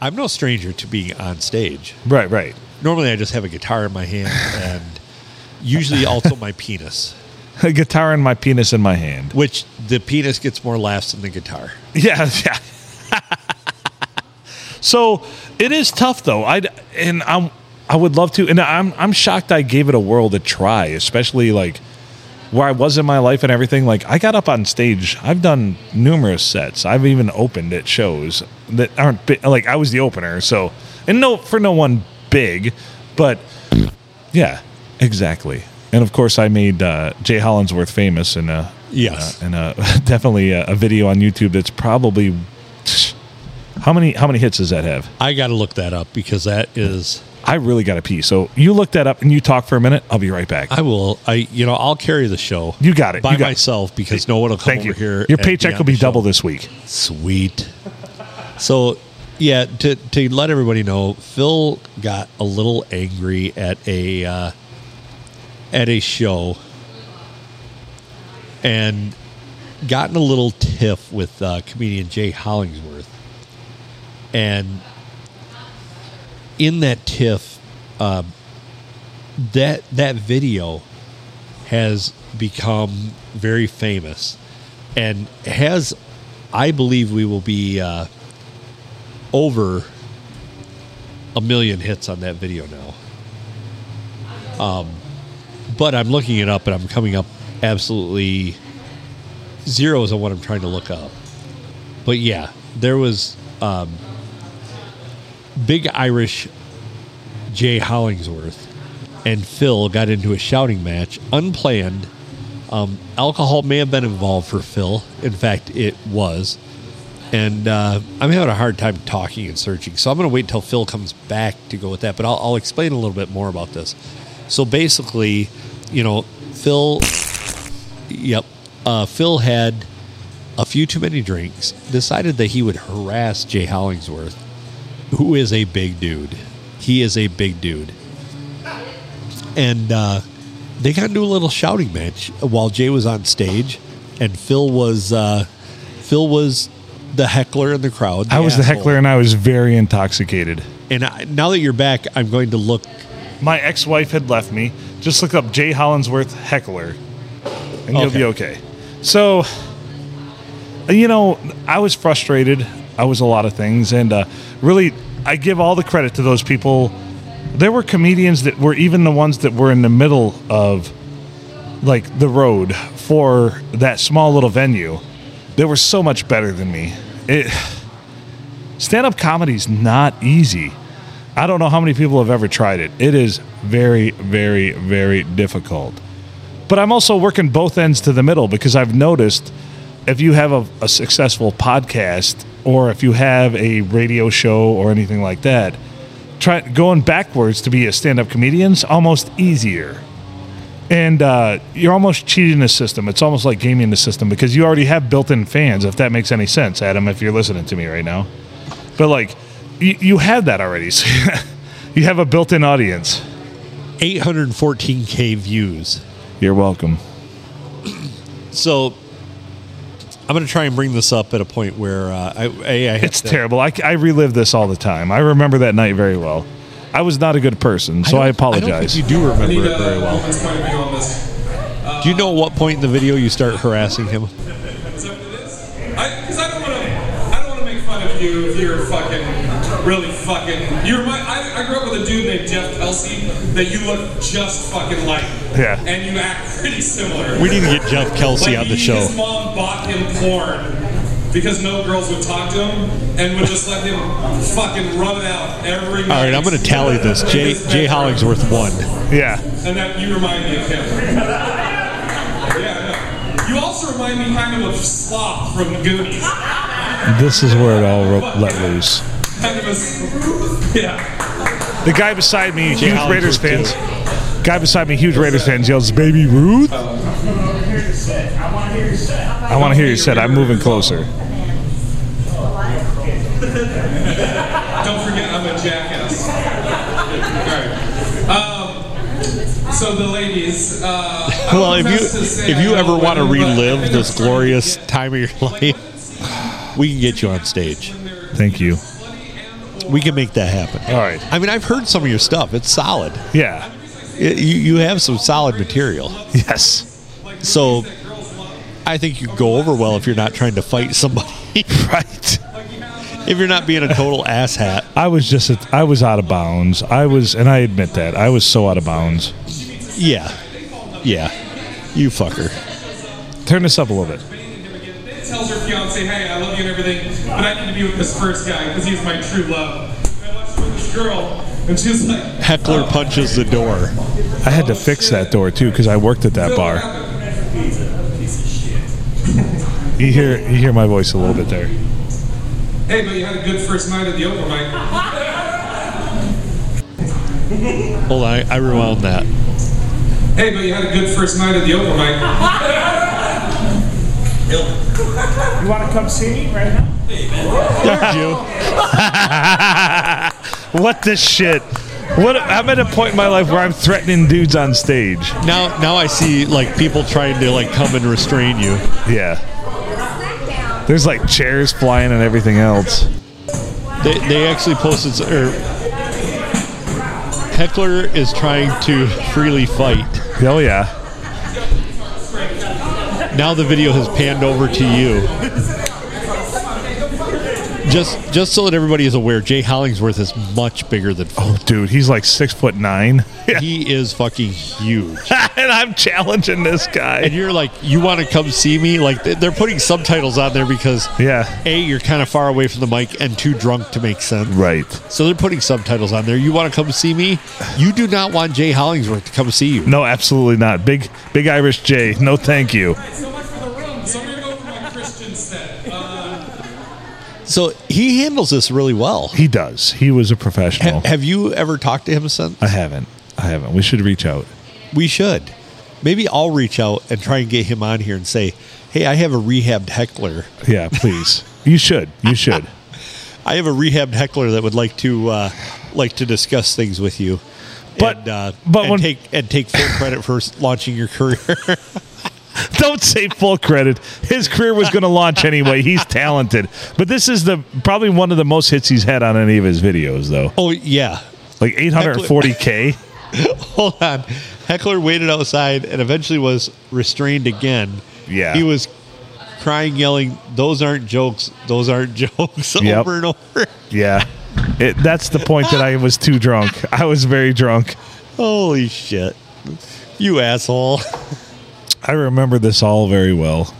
[SPEAKER 1] I'm no stranger to being on stage.
[SPEAKER 2] Right, right.
[SPEAKER 1] Normally, I just have a guitar in my hand and usually also my penis,
[SPEAKER 2] A guitar and my penis in my hand.
[SPEAKER 1] which the penis gets more laughs than the guitar.
[SPEAKER 2] Yeah, yeah. so it is tough though. I and I'm I would love to, and I'm I'm shocked I gave it a world to try, especially like where I was in my life and everything. Like I got up on stage. I've done numerous sets. I've even opened at shows that aren't big. like I was the opener. So and no for no one big, but yeah, exactly. And of course, I made uh, Jay Hollinsworth famous in a
[SPEAKER 1] Yes.
[SPEAKER 2] uh, in a definitely a, a video on YouTube that's probably how many how many hits does that have?
[SPEAKER 1] I got to look that up because that is.
[SPEAKER 2] I really got to pee. So you look that up and you talk for a minute. I'll be right back.
[SPEAKER 1] I will. I you know I'll carry the show.
[SPEAKER 2] You got it.
[SPEAKER 1] by
[SPEAKER 2] You got it.
[SPEAKER 1] myself because no one will come
[SPEAKER 2] Thank
[SPEAKER 1] over
[SPEAKER 2] you.
[SPEAKER 1] here.
[SPEAKER 2] Your
[SPEAKER 1] and
[SPEAKER 2] paycheck
[SPEAKER 1] on
[SPEAKER 2] will be
[SPEAKER 1] the show.
[SPEAKER 2] double this week.
[SPEAKER 1] Sweet. So, yeah, to, to let everybody know, Phil got a little angry at a uh, at a show and got in a little tiff with uh, comedian Jay Hollingsworth. And in that tiff, uh, that that video has become very famous and has i believe we will be uh, over a million hits on that video now um, but i'm looking it up and i'm coming up absolutely zeros on what i'm trying to look up but yeah there was um, big irish jay hollingsworth and phil got into a shouting match unplanned um, alcohol may have been involved for Phil. In fact, it was. And uh, I'm having a hard time talking and searching. So I'm going to wait until Phil comes back to go with that. But I'll, I'll explain a little bit more about this. So basically, you know, Phil, yep, uh, Phil had a few too many drinks, decided that he would harass Jay Hollingsworth, who is a big dude. He is a big dude and uh, they got into a little shouting match while Jay was on stage, and Phil was uh, Phil was the heckler in the crowd.
[SPEAKER 2] I was the
[SPEAKER 1] asshole.
[SPEAKER 2] heckler and I was very intoxicated.
[SPEAKER 1] and I, now that you're back, I'm going to look.
[SPEAKER 2] My ex wife had left me. Just look up Jay Hollinsworth heckler and you'll be okay. So, you know, I was frustrated. I was a lot of things. And uh, really, I give all the credit to those people. There were comedians that were even the ones that were in the middle of like the road for that small little venue. They were so much better than me. It stand up comedy's not easy. I don't know how many people have ever tried it. It is very, very, very difficult. But I'm also working both ends to the middle because I've noticed if you have a, a successful podcast or if you have a radio show or anything like that, try going backwards to be a stand-up comedian's almost easier. And uh, you're almost cheating the system. It's almost like gaming the system because you already have built-in fans. If that makes any sense, Adam, if you're listening to me right now, but like you, you have that already. So you have a built-in audience.
[SPEAKER 1] 814k views.
[SPEAKER 2] You're welcome.
[SPEAKER 1] So I'm going to try and bring this up at a point where uh, I, I, I have
[SPEAKER 2] It's
[SPEAKER 1] to-
[SPEAKER 2] terrible. I, I relive this all the time. I remember that night very well. I was not a good person, so I,
[SPEAKER 1] don't- I don't think
[SPEAKER 2] apologize.
[SPEAKER 1] you do remember it very well. Do you know what point in the video you start harassing him?
[SPEAKER 9] Because I, don't want to, I don't want to make fun of you if you're fucking really fucking. You remind. I, I grew up with a dude named Jeff Kelsey that you look just fucking like.
[SPEAKER 2] Yeah.
[SPEAKER 9] And you act pretty similar.
[SPEAKER 1] We need to get Jeff Kelsey
[SPEAKER 9] Like,
[SPEAKER 1] on the
[SPEAKER 9] he-
[SPEAKER 1] show.
[SPEAKER 9] His mom bought him porn because no girls would talk to him and would just let him fucking run it out every.
[SPEAKER 1] All right, I'm going to tally this. Jay, Jay Hollingsworth won.
[SPEAKER 2] yeah,
[SPEAKER 9] And that you remind me of him. yeah. I know. You also remind me kind of of Slop from the Goonies.
[SPEAKER 2] this is where it all ro- let loose.
[SPEAKER 9] Kind of a, yeah.
[SPEAKER 2] The guy beside me, huge
[SPEAKER 1] Allen
[SPEAKER 2] Raiders
[SPEAKER 1] did too.
[SPEAKER 2] fans. Guy beside me, huge Raiders fans, yells, "Baby Ruth!" I want to hear your set. I'm moving closer.
[SPEAKER 9] Don't forget, I'm a jackass. All right. Um, so the ladies. Uh, I
[SPEAKER 1] Well,
[SPEAKER 9] was
[SPEAKER 1] if you
[SPEAKER 9] asked to say
[SPEAKER 1] if
[SPEAKER 9] I
[SPEAKER 1] you
[SPEAKER 9] know
[SPEAKER 1] ever want to
[SPEAKER 9] women, but I
[SPEAKER 1] relive
[SPEAKER 9] think
[SPEAKER 1] this
[SPEAKER 9] I'm trying to
[SPEAKER 1] glorious
[SPEAKER 9] get-
[SPEAKER 1] time of your life, we can get you on stage.
[SPEAKER 2] Thank you.
[SPEAKER 1] We can make that happen.
[SPEAKER 2] All right.
[SPEAKER 1] I mean, I've heard some of your stuff. It's solid.
[SPEAKER 2] Yeah.
[SPEAKER 1] Y- you you have some solid material.
[SPEAKER 2] Yes.
[SPEAKER 1] So I think you go over well if you're not trying to fight somebody.
[SPEAKER 2] Right.
[SPEAKER 1] if you're not being a total asshat.
[SPEAKER 2] I was just, a, I was out of bounds. I was, and I admit that I was so out of bounds.
[SPEAKER 1] Yeah. Yeah. You fucker.
[SPEAKER 2] Turn this up a little bit.
[SPEAKER 9] tells her fiance, "Hey, I love you and everything, but I need to be with this first guy because he's my true love." And I left her with this girl, and she's like,
[SPEAKER 1] Heckler punches the door.
[SPEAKER 2] I had to fix that door too because I worked at that
[SPEAKER 9] "Phil,
[SPEAKER 2] bar.
[SPEAKER 9] what happened?" Piece of shit.
[SPEAKER 2] You hear, you hear my voice a little bit there.
[SPEAKER 9] Hey, but you had a good first night at the open mic.
[SPEAKER 1] Hold on, I, I rewound that.
[SPEAKER 9] Hey, but you had a good first night at the open mic.
[SPEAKER 10] You want to come see me right now?
[SPEAKER 2] What the shit? What? I'm at a point in my life where I'm threatening dudes on stage.
[SPEAKER 1] Now now I see like people trying to like come and restrain you.
[SPEAKER 2] Yeah. There's like chairs flying and everything else.
[SPEAKER 1] They they actually posted s- or Heckler is trying to freely fight.
[SPEAKER 2] Oh yeah.
[SPEAKER 1] Now the video has panned over to you. Just just so that everybody is aware, Jay Hollingsworth is much bigger than Phil.
[SPEAKER 2] Dude, he's like six foot nine,
[SPEAKER 1] He is fucking huge.
[SPEAKER 2] and I'm challenging this
[SPEAKER 1] And
[SPEAKER 2] guy.
[SPEAKER 1] you're like, you want to come see me? Like they- they're putting subtitles on there because
[SPEAKER 2] Yeah.
[SPEAKER 1] A, you're kind of far away from the mic and too drunk to make sense.
[SPEAKER 2] Right.
[SPEAKER 1] So they're putting subtitles on there. You want to come see me? You do not want Jay Hollingsworth to come see you.
[SPEAKER 2] No, absolutely not. Big, big Irish J. No, thank you.
[SPEAKER 9] So much for the room. So I'm gonna go with my Christian set. Uh,
[SPEAKER 1] So he handles this really well.
[SPEAKER 2] He does. He was a
[SPEAKER 1] Ha-
[SPEAKER 2] professional.
[SPEAKER 1] have you ever talked to him since?
[SPEAKER 2] I haven't. I haven't. We should reach out.
[SPEAKER 1] We should. Maybe I'll reach out and try and get him on here and say, hey, I have a rehabbed heckler.
[SPEAKER 2] Yeah, please. you should. You should.
[SPEAKER 1] I have a rehabbed heckler that would like to uh, like to discuss things with you.
[SPEAKER 2] But-
[SPEAKER 1] and, uh,
[SPEAKER 2] but
[SPEAKER 1] and
[SPEAKER 2] when-
[SPEAKER 1] take and take full credit for launching your career.
[SPEAKER 2] Don't say full credit. His career was going to launch anyway. He's talented. But this is the probably one of the most hits he's had on any of his videos, though.
[SPEAKER 1] oh yeah,
[SPEAKER 2] Like 840K.
[SPEAKER 1] hold on. Heckler waited outside and eventually was restrained again.
[SPEAKER 2] Yeah.
[SPEAKER 1] He was crying, yelling, Those aren't jokes. Those aren't jokes
[SPEAKER 2] Yep.
[SPEAKER 1] over and over.
[SPEAKER 2] Yeah. It, that's the point that I was too drunk. I was very drunk.
[SPEAKER 1] Holy shit. You asshole.
[SPEAKER 2] I remember this all very well.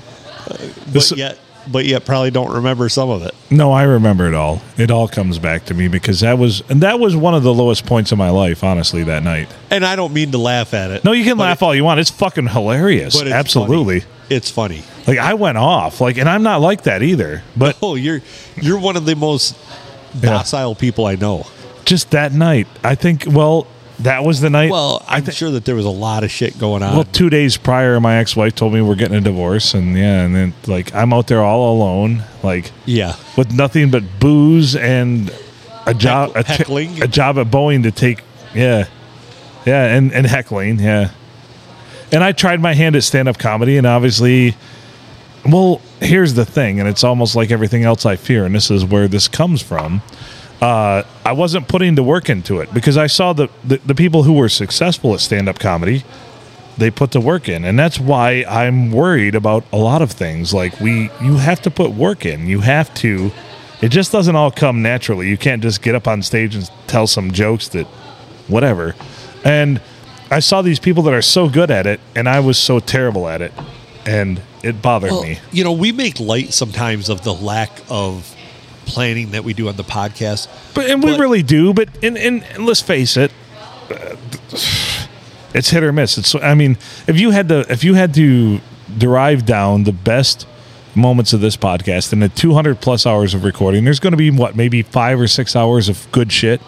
[SPEAKER 1] But
[SPEAKER 2] This,
[SPEAKER 1] yet, but yet, probably don't remember some of it.
[SPEAKER 2] No, I remember it all. It all comes back to me because that was and that was one of the lowest points of my life, honestly, that night.
[SPEAKER 1] And I don't mean to laugh at it.
[SPEAKER 2] No, you can
[SPEAKER 1] But
[SPEAKER 2] laugh all you want. It's fucking hilarious.
[SPEAKER 1] but it's
[SPEAKER 2] Absolutely.
[SPEAKER 1] funny. It's funny.
[SPEAKER 2] Like I went off. Like and I'm not like that either. But
[SPEAKER 1] Oh, you're you're one of the most docile people I know.
[SPEAKER 2] just that night, I think well, that was the night
[SPEAKER 1] Well, I'm sure that there was a lot of shit going on.
[SPEAKER 2] Well, two days prior, my ex-wife told me we're getting a divorce, and yeah, and then like I'm out there all alone, like
[SPEAKER 1] yeah.
[SPEAKER 2] with nothing but booze and a job, a, t-
[SPEAKER 1] heckling.
[SPEAKER 2] a job at Boeing to take, yeah, yeah, and and heckling, yeah. And I tried my hand at stand-up comedy, and obviously, well, here's the thing, and it's almost like everything else I fear, and this is where this comes from. Uh, I wasn't putting the work into it because I saw the, the, the people who were successful at stand up comedy they put the work in and that's why i'm worried about a lot of things like we you have to put work in you have to it just doesn't all come naturally you can't just get up on stage and tell some jokes that whatever and i saw these people that are so good at it and i was so terrible at it and it bothered
[SPEAKER 1] Well,
[SPEAKER 2] me
[SPEAKER 1] You know, we make light sometimes of the lack of planning that we do on the podcast.
[SPEAKER 2] but and we
[SPEAKER 1] but-
[SPEAKER 2] really do but and, and, and let's face it uh, it's hit or miss it's i mean if you had to if you had to derive down the best moments of this podcast in the 200 plus hours of recording there's going to be what maybe five or six hours of good shit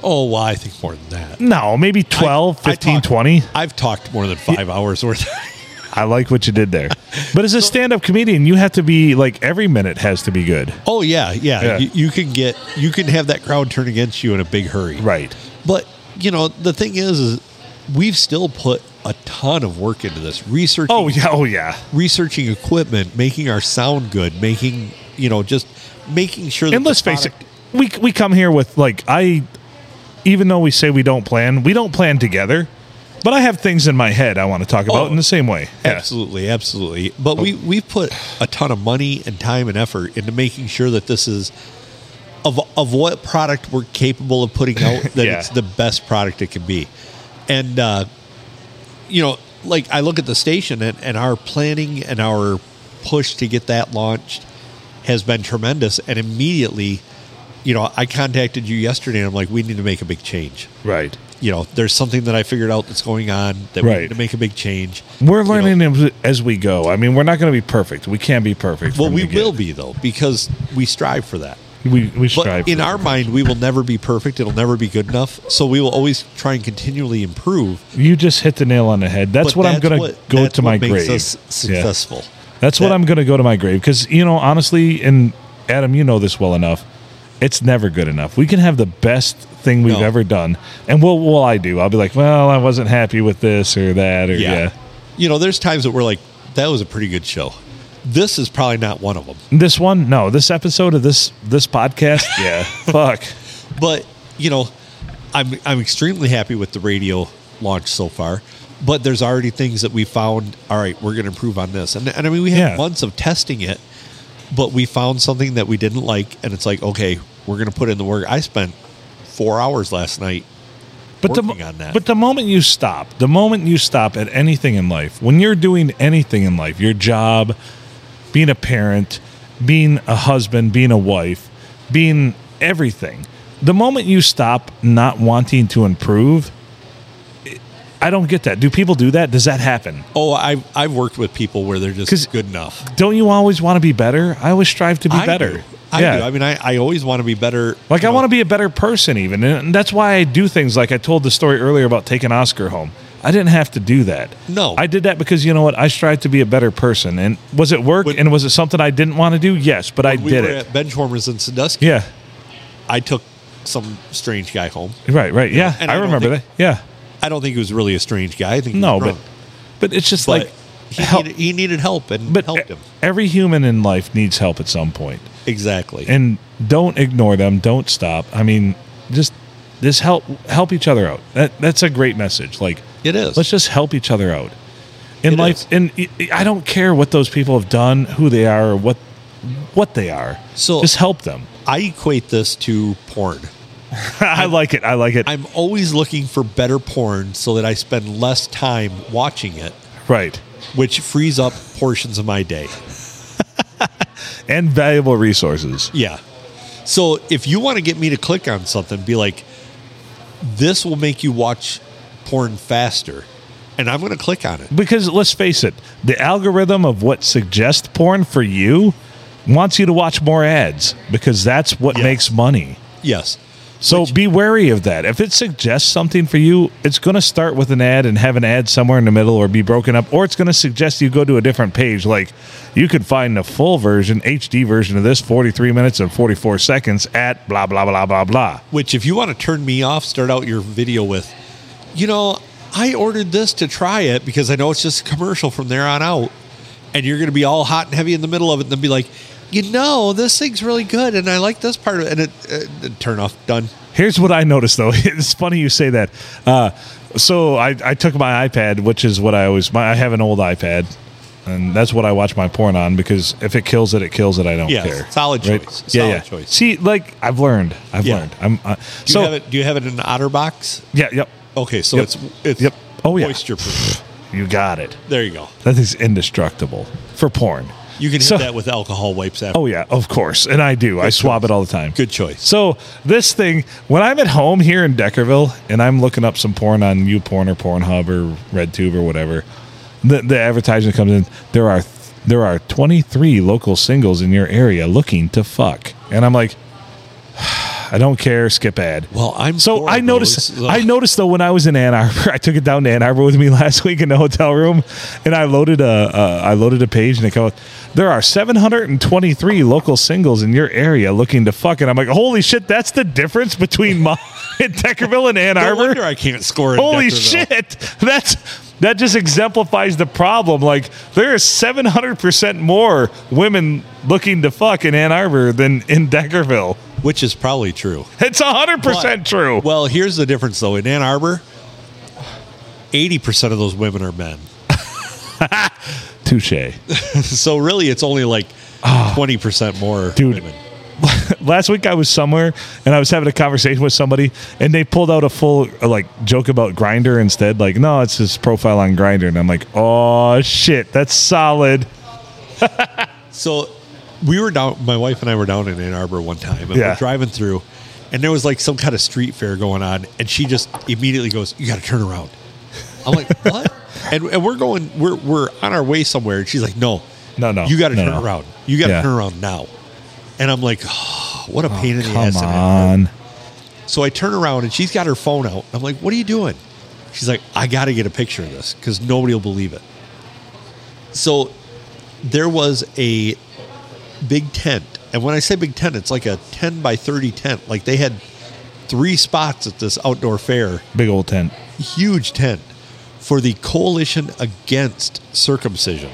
[SPEAKER 1] Oh, well, I think more than that.
[SPEAKER 2] no maybe 12
[SPEAKER 1] I- I
[SPEAKER 2] 15
[SPEAKER 1] talk-
[SPEAKER 2] 20
[SPEAKER 1] I've talked more than five hours worth.
[SPEAKER 2] i like what you did there but as a stand-up comedian you have to be like every minute has to be good
[SPEAKER 1] oh yeah, yeah.
[SPEAKER 2] Yeah.
[SPEAKER 1] You, you can get you can have that crowd turn against you in a big hurry.
[SPEAKER 2] right
[SPEAKER 1] But you know, the thing is, is we've still put a ton of work into this researching,
[SPEAKER 2] oh yeah oh yeah
[SPEAKER 1] researching equipment, making our sound good, making you know just making sure. That
[SPEAKER 2] and
[SPEAKER 1] the
[SPEAKER 2] let's face it,
[SPEAKER 1] product-
[SPEAKER 2] we we come here with like I, even though we say we don't plan, we don't plan together. But I have things in my head I want to talk about
[SPEAKER 1] Oh,
[SPEAKER 2] in the same way. Yeah.
[SPEAKER 1] Absolutely, absolutely. But we we put a ton of money and time and effort into making sure that this is of of what product we're capable of putting out that
[SPEAKER 2] Yeah.
[SPEAKER 1] it's the best product it can be. And uh, you know, like I look at the station and, and our planning and our push to get that launched has been tremendous. And immediately, you know, I contacted you yesterday and I'm like, we need to make a big change.
[SPEAKER 2] Right.
[SPEAKER 1] You know, there's something that I figured out that's going on that we
[SPEAKER 2] Right.
[SPEAKER 1] need to make a big change.
[SPEAKER 2] We're learning as we go. I mean, we're not going to be perfect. We can't be perfect.
[SPEAKER 1] Well,
[SPEAKER 2] from
[SPEAKER 1] we
[SPEAKER 2] the get.
[SPEAKER 1] will be though because we strive for that.
[SPEAKER 2] We we strive.
[SPEAKER 1] But in
[SPEAKER 2] for
[SPEAKER 1] our
[SPEAKER 2] it.
[SPEAKER 1] mind, we will never be perfect. It'll never be good enough. So we will always try and continually improve.
[SPEAKER 2] you just hit the nail on the head. That's
[SPEAKER 1] But
[SPEAKER 2] what I'm
[SPEAKER 1] that's
[SPEAKER 2] going to
[SPEAKER 1] what-
[SPEAKER 2] go
[SPEAKER 1] that's
[SPEAKER 2] to my
[SPEAKER 1] what makes
[SPEAKER 2] grave.
[SPEAKER 1] us successful.
[SPEAKER 2] That's what
[SPEAKER 1] That-
[SPEAKER 2] I'm going to go to my grave because you know, honestly, and Adam, you know this well enough. It's never good enough. We can have the best thing we've
[SPEAKER 1] No.
[SPEAKER 2] ever done, and what will I do? I'll be like, well, I wasn't happy with this or that, or yeah.
[SPEAKER 1] You know, there's times that we're like, that was a pretty good show. This is probably not one of them.
[SPEAKER 2] This one, no. This episode of this this podcast, yeah. Fuck.
[SPEAKER 1] But, you know, I'm, I'm extremely happy with the radio launch so far. But there's already things that we found, all right, we're going to improve on this. And, and I mean, we had
[SPEAKER 2] Yeah.
[SPEAKER 1] months of testing it, but we found something that we didn't like. And it's like, okay, we're going to put in the work. I spent four hours last night
[SPEAKER 2] But the,
[SPEAKER 1] working
[SPEAKER 2] mo-
[SPEAKER 1] on that.
[SPEAKER 2] but the moment you stop, the moment you stop at anything in life, when you're doing anything in life, your job, being a parent, being a husband, being a wife, being everything, the moment you stop not wanting to improve, it- I don't get that. Do people do that? Does that happen?
[SPEAKER 1] Oh, I've I've worked with people where they're
[SPEAKER 2] 'Cause-
[SPEAKER 1] just good enough.
[SPEAKER 2] Don't you always want to be better? I always strive to be
[SPEAKER 1] I
[SPEAKER 2] better.
[SPEAKER 1] do. I do. I mean, I, I always want to be better.
[SPEAKER 2] Like I want to be a better person, even, and that's why I do things like I told the story earlier about taking Oscar home. I didn't have to do that.
[SPEAKER 1] No.
[SPEAKER 2] I did that because you know what? I strive to be a better person, and was it work?
[SPEAKER 1] When-
[SPEAKER 2] and was it something I didn't want to do? Yes, but I
[SPEAKER 1] we
[SPEAKER 2] did
[SPEAKER 1] were
[SPEAKER 2] it.
[SPEAKER 1] at Benchwarmers in Sandusky.
[SPEAKER 2] yeah,
[SPEAKER 1] I took some strange guy home.
[SPEAKER 2] right, right. Yeah,
[SPEAKER 1] and
[SPEAKER 2] I,
[SPEAKER 1] I don't
[SPEAKER 2] remember
[SPEAKER 1] think-
[SPEAKER 2] that. Yeah,
[SPEAKER 1] I don't think he was really a strange guy. I think he
[SPEAKER 2] no,
[SPEAKER 1] was
[SPEAKER 2] but
[SPEAKER 1] drunk.
[SPEAKER 2] but it's just
[SPEAKER 1] but
[SPEAKER 2] like
[SPEAKER 1] he,
[SPEAKER 2] help.
[SPEAKER 1] needed, he needed help eh, and
[SPEAKER 2] but
[SPEAKER 1] helped him
[SPEAKER 2] every human in life needs help at some point.
[SPEAKER 1] exactly.
[SPEAKER 2] and don't ignore them. Don't stop. I mean, just just help help each other out. That that's a great message. Like
[SPEAKER 1] It is.
[SPEAKER 2] Let's just help each other out in
[SPEAKER 1] It
[SPEAKER 2] life.
[SPEAKER 1] is.
[SPEAKER 2] And i- i- I don't care what those people have done, who they are, or what what they are.
[SPEAKER 1] So-
[SPEAKER 2] just help them.
[SPEAKER 1] I equate this to porn.
[SPEAKER 2] I like it. I like it.
[SPEAKER 1] I'm always looking for better porn so that I spend less time watching it,
[SPEAKER 2] right.
[SPEAKER 1] which frees up portions of my day.
[SPEAKER 2] And valuable resources.
[SPEAKER 1] Yeah. So if you want to get me to click on something, be like, this will make you watch porn faster. And I'm going to click on it.
[SPEAKER 2] Because let's face it, the algorithm of what suggests porn for you wants you to watch more ads because that's what
[SPEAKER 1] Yeah.
[SPEAKER 2] makes money.
[SPEAKER 1] Yes.
[SPEAKER 2] So be wary of that. If it suggests something for you, it's going to start with an ad and have an ad somewhere in the middle or be broken up, or it's going to suggest you go to a different page. Like you can find the full version, HD version of this, 43 minutes and 44 seconds at blah, blah, blah, blah, blah.
[SPEAKER 1] Which, if you want to turn me off, start out your video with, you know, I ordered this to try it because I know it's just a commercial from there on out. And you're going to be all hot and heavy in the middle of it and then be like, you know, this thing's really good. And I like this part of it. And it, uh, turn off, done.
[SPEAKER 2] Here's what I noticed though. It's funny you say that. Uh, so I, I took my iPad, which is what I always, my, I have an old iPad. And that's what I watch my porn on because if it kills it, it kills it. I don't
[SPEAKER 1] Yeah,
[SPEAKER 2] care.
[SPEAKER 1] solid choice.
[SPEAKER 2] Yeah,
[SPEAKER 1] Solid
[SPEAKER 2] yeah.
[SPEAKER 1] choice.
[SPEAKER 2] See, like I've learned. I've
[SPEAKER 1] Yeah.
[SPEAKER 2] learned. I'm uh,
[SPEAKER 1] Do,
[SPEAKER 2] so
[SPEAKER 1] you have it, do you have it in an OtterBox?
[SPEAKER 2] Yeah, yep.
[SPEAKER 1] Okay, so
[SPEAKER 2] Yep.
[SPEAKER 1] it's it's
[SPEAKER 2] Yep. Oh, yeah.
[SPEAKER 1] moisture proof.
[SPEAKER 2] You got it.
[SPEAKER 1] There you go.
[SPEAKER 2] That is indestructible for porn.
[SPEAKER 1] You can hit
[SPEAKER 2] So-
[SPEAKER 1] that with alcohol wipes after.
[SPEAKER 2] Oh yeah, of course. And I do. I swab it all the time.
[SPEAKER 1] Good choice.
[SPEAKER 2] So this thing, when I'm at home here in Deckerville and I'm looking up some porn on YouPorn or Pornhub or RedTube or whatever, the, the advertisement comes in. There are there are 23 local singles in your area looking to fuck, and I'm like, I don't care. Skip ad.
[SPEAKER 1] Well, I'm
[SPEAKER 2] So
[SPEAKER 1] for
[SPEAKER 2] I noticed.
[SPEAKER 1] those.
[SPEAKER 2] I noticed though when I was in Ann Arbor, I took it down to Ann Arbor with me last week in the hotel room, and I loaded a, a I loaded a page and it comes. There are 723 local singles in your area looking to fuck, and I'm like, holy shit, that's the difference between my in Deckerville and Ann
[SPEAKER 1] No
[SPEAKER 2] Arbor.
[SPEAKER 1] wonder I can't score. in
[SPEAKER 2] Holy
[SPEAKER 1] Deckerville.
[SPEAKER 2] shit, that's that just exemplifies the problem. Like there is 700 percent more women looking to fuck in Ann Arbor than in Deckerville.
[SPEAKER 1] Which is probably true.
[SPEAKER 2] It's 100 percent
[SPEAKER 1] But-
[SPEAKER 2] true.
[SPEAKER 1] Well, here's the difference though. In Ann Arbor, eighty percent of those women are men.
[SPEAKER 2] Touche.
[SPEAKER 1] so really, it's only like twenty percent more
[SPEAKER 2] Ah. Dude,
[SPEAKER 1] women.
[SPEAKER 2] last week I was somewhere and I was having a conversation with somebody and they pulled out a full uh, like joke about Grinder instead. Like, no, it's his profile on Grinder, and I'm like, oh shit, that's solid.
[SPEAKER 1] So we were down. My wife and I were down in Ann Arbor one time, and
[SPEAKER 2] Yeah.
[SPEAKER 1] we're driving through, and there was like some kind of street fair going on, and she just immediately goes, "You got to turn around." I'm like, "What?" and, and we're going, we're we're on our way somewhere, and she's like, "No,
[SPEAKER 2] No, no,
[SPEAKER 1] you got to
[SPEAKER 2] no,
[SPEAKER 1] turn
[SPEAKER 2] no.
[SPEAKER 1] around. You got to
[SPEAKER 2] Yeah.
[SPEAKER 1] turn around now." And I'm like, "Oh, "What a pain in the
[SPEAKER 2] Come
[SPEAKER 1] ass!" in Ann Arbor."
[SPEAKER 2] on.
[SPEAKER 1] So I turn around and she's got her phone out. I'm like, what are you doing? She's like, I got to get a picture of this because nobody will believe it. So there was a big tent. And when I say big tent, it's like a 10 by 30 tent. Like they had three spots at this outdoor fair,
[SPEAKER 2] Big old tent.
[SPEAKER 1] huge tent for the Coalition Against Circumcision.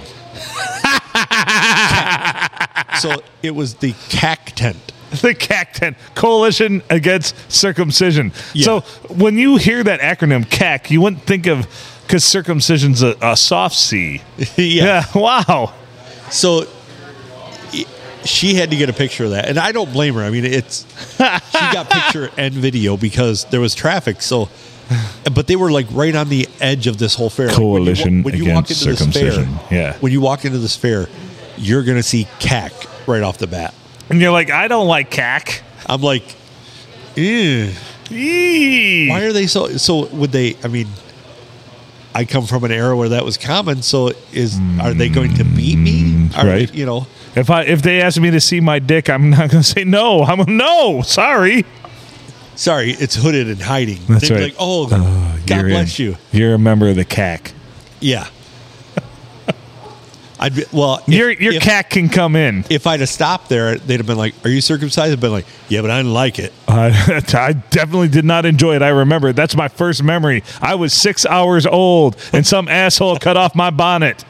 [SPEAKER 1] so it was the CAC tent.
[SPEAKER 2] The CAC tent, Coalition Against Circumcision. So when you hear that acronym CAC, you wouldn't think of because circumcision's a, a soft C.
[SPEAKER 1] Yeah.
[SPEAKER 2] Wow.
[SPEAKER 1] So i- she had to get a picture of that, and I don't blame her. I mean, it's she got picture and video because there was traffic. So, but they were like right on the edge of this whole fair. Like, when you wa-
[SPEAKER 2] Coalition Against
[SPEAKER 1] this
[SPEAKER 2] Circumcision.
[SPEAKER 1] fair,
[SPEAKER 2] Yeah.
[SPEAKER 1] when you walk into this fair, you're gonna see CAC right off the bat.
[SPEAKER 2] And you're like, I don't like CAC.
[SPEAKER 1] I'm like, ew.
[SPEAKER 2] Eee.
[SPEAKER 1] Why are they so? So would they? I mean, I come from an era where that was common. So is are they going to beat me? Are they-
[SPEAKER 2] Mm, right.
[SPEAKER 1] you know.
[SPEAKER 2] If I if they ask me to see my dick, I'm not gonna say no. I'm no, sorry.
[SPEAKER 1] Sorry, it's hooded and hiding. They'd be like, oh, God bless you.
[SPEAKER 2] Uh, You're a member of the CAC.
[SPEAKER 1] Yeah. I'd be, well, if,
[SPEAKER 2] Your your
[SPEAKER 1] if,
[SPEAKER 2] CAC can come in.
[SPEAKER 1] if I'd have stopped there, they'd have been like, are you circumcised? I'd been like, yeah, but I didn't like it.
[SPEAKER 2] I, I definitely did not enjoy it. I remember it. that's my first memory. I was six hours old, and some asshole cut off my bonnet.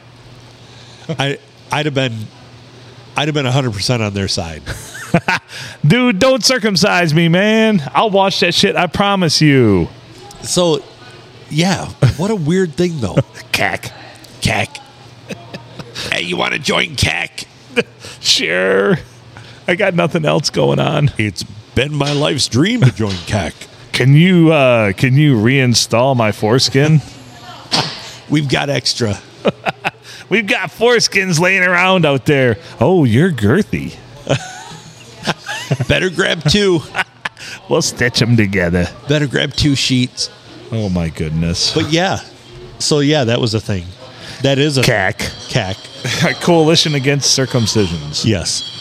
[SPEAKER 1] I, I'd have been, I'd have been 100% on their side.
[SPEAKER 2] Dude, don't circumcise me, man. I'll watch that shit. I promise you.
[SPEAKER 1] So, yeah, what a weird thing though.
[SPEAKER 2] CAC.
[SPEAKER 1] CAC. hey, you want to join CAC?
[SPEAKER 2] Sure. I got nothing else going on.
[SPEAKER 1] It's been my life's dream to join CAC.
[SPEAKER 2] Can you uh can you reinstall my foreskin?
[SPEAKER 1] We've got extra.
[SPEAKER 2] We've got foreskins laying around out there. Oh, you're girthy.
[SPEAKER 1] Better grab two.
[SPEAKER 2] We'll stitch them together.
[SPEAKER 1] Better grab two sheets.
[SPEAKER 2] Oh my goodness.
[SPEAKER 1] But yeah, so yeah, that was a thing. That is a
[SPEAKER 2] CAC.
[SPEAKER 1] cack.
[SPEAKER 2] Coalition against circumcisions.
[SPEAKER 1] Yes.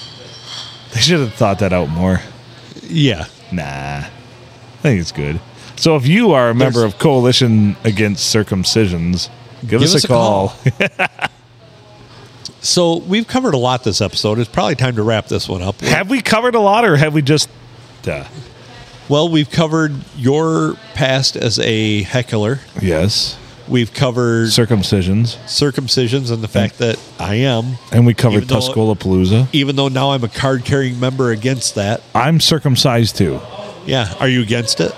[SPEAKER 2] They should have thought that out more.
[SPEAKER 1] Yeah.
[SPEAKER 2] Nah. I think it's good. So if you are a member
[SPEAKER 1] There's-
[SPEAKER 2] of Coalition Against Circumcisions, give, us, a call.
[SPEAKER 1] So we've covered a lot this episode. It's probably time to wrap this one up.
[SPEAKER 2] have we covered a lot or have we just uh,
[SPEAKER 1] Well, we've covered your past as a heckler.
[SPEAKER 2] Yes.
[SPEAKER 1] We've covered
[SPEAKER 2] Circumcisions.
[SPEAKER 1] circumcisions and the fact that I am,
[SPEAKER 2] And we covered
[SPEAKER 1] Even though-
[SPEAKER 2] Tuscola Palooza.
[SPEAKER 1] even though now I'm a card carrying member against that.
[SPEAKER 2] I'm circumcised too.
[SPEAKER 1] Yeah. Are you against it?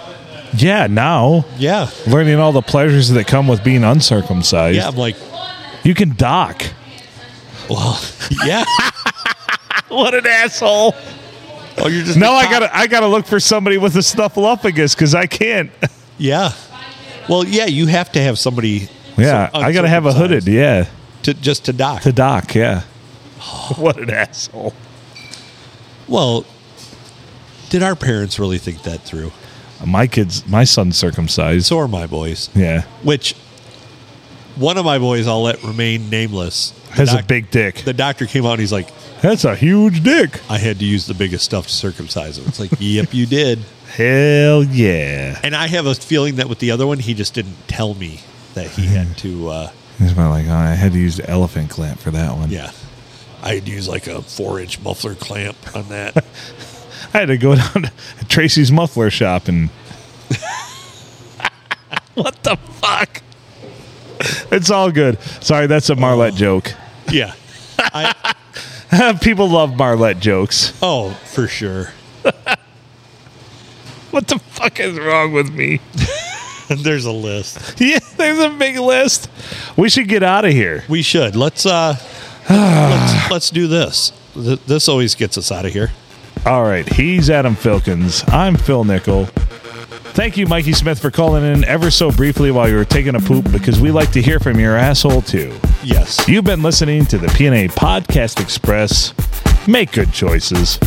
[SPEAKER 2] Yeah, now
[SPEAKER 1] Yeah.
[SPEAKER 2] learning all the pleasures that come with being uncircumcised.
[SPEAKER 1] Yeah. I'm like,
[SPEAKER 2] You can dock.
[SPEAKER 1] well, yeah.
[SPEAKER 2] What an asshole.
[SPEAKER 1] Oh, you're just
[SPEAKER 2] No,
[SPEAKER 1] a
[SPEAKER 2] I
[SPEAKER 1] cop.
[SPEAKER 2] gotta I gotta look for somebody with a snuffleupagus because I can't.
[SPEAKER 1] Yeah. Well, yeah. You have to have somebody.
[SPEAKER 2] Yeah, I gotta have a
[SPEAKER 1] hooded.
[SPEAKER 2] hooded, yeah.
[SPEAKER 1] to just to dock.
[SPEAKER 2] To dock, yeah. what an asshole.
[SPEAKER 1] well, did our parents really think that through?
[SPEAKER 2] My kids my son's circumcised.
[SPEAKER 1] So are my boys.
[SPEAKER 2] yeah.
[SPEAKER 1] Which one of my boys I'll let remain nameless. The
[SPEAKER 2] Has a
[SPEAKER 1] doc-
[SPEAKER 2] big dick.
[SPEAKER 1] The doctor came out and he's like,
[SPEAKER 2] That's a huge dick.
[SPEAKER 1] "I had to use the biggest stuff to circumcise him." It's like, "Yep, you did."
[SPEAKER 2] Hell yeah.
[SPEAKER 1] And I have a feeling that with the other one, he just didn't tell me that he had
[SPEAKER 2] Mm-hmm.
[SPEAKER 1] to. Uh,
[SPEAKER 2] It's about like oh, I had to use the elephant clamp for that one.
[SPEAKER 1] yeah, I had to use like a four-inch muffler clamp on that.
[SPEAKER 2] I had to go down to Tracy's muffler shop and what the fuck? It's all good. Sorry, that's a Marlette joke.
[SPEAKER 1] yeah. I,
[SPEAKER 2] People love Marlette jokes.
[SPEAKER 1] oh, for sure.
[SPEAKER 2] What the fuck is wrong with me?
[SPEAKER 1] There's a list.
[SPEAKER 2] Yeah, there's a big list. We should get out of here.
[SPEAKER 1] We should. Let's uh let's, let's do this. Th- this always gets us out of here.
[SPEAKER 2] All right, he's Adam Filkins. I'm Phil Nickel. Thank you, Mikey Smith, for calling in ever so briefly while you were taking a poop because we like to hear from your asshole, too.
[SPEAKER 1] Yes.
[SPEAKER 2] You've been listening to the PNA Podcast Express. Make good choices.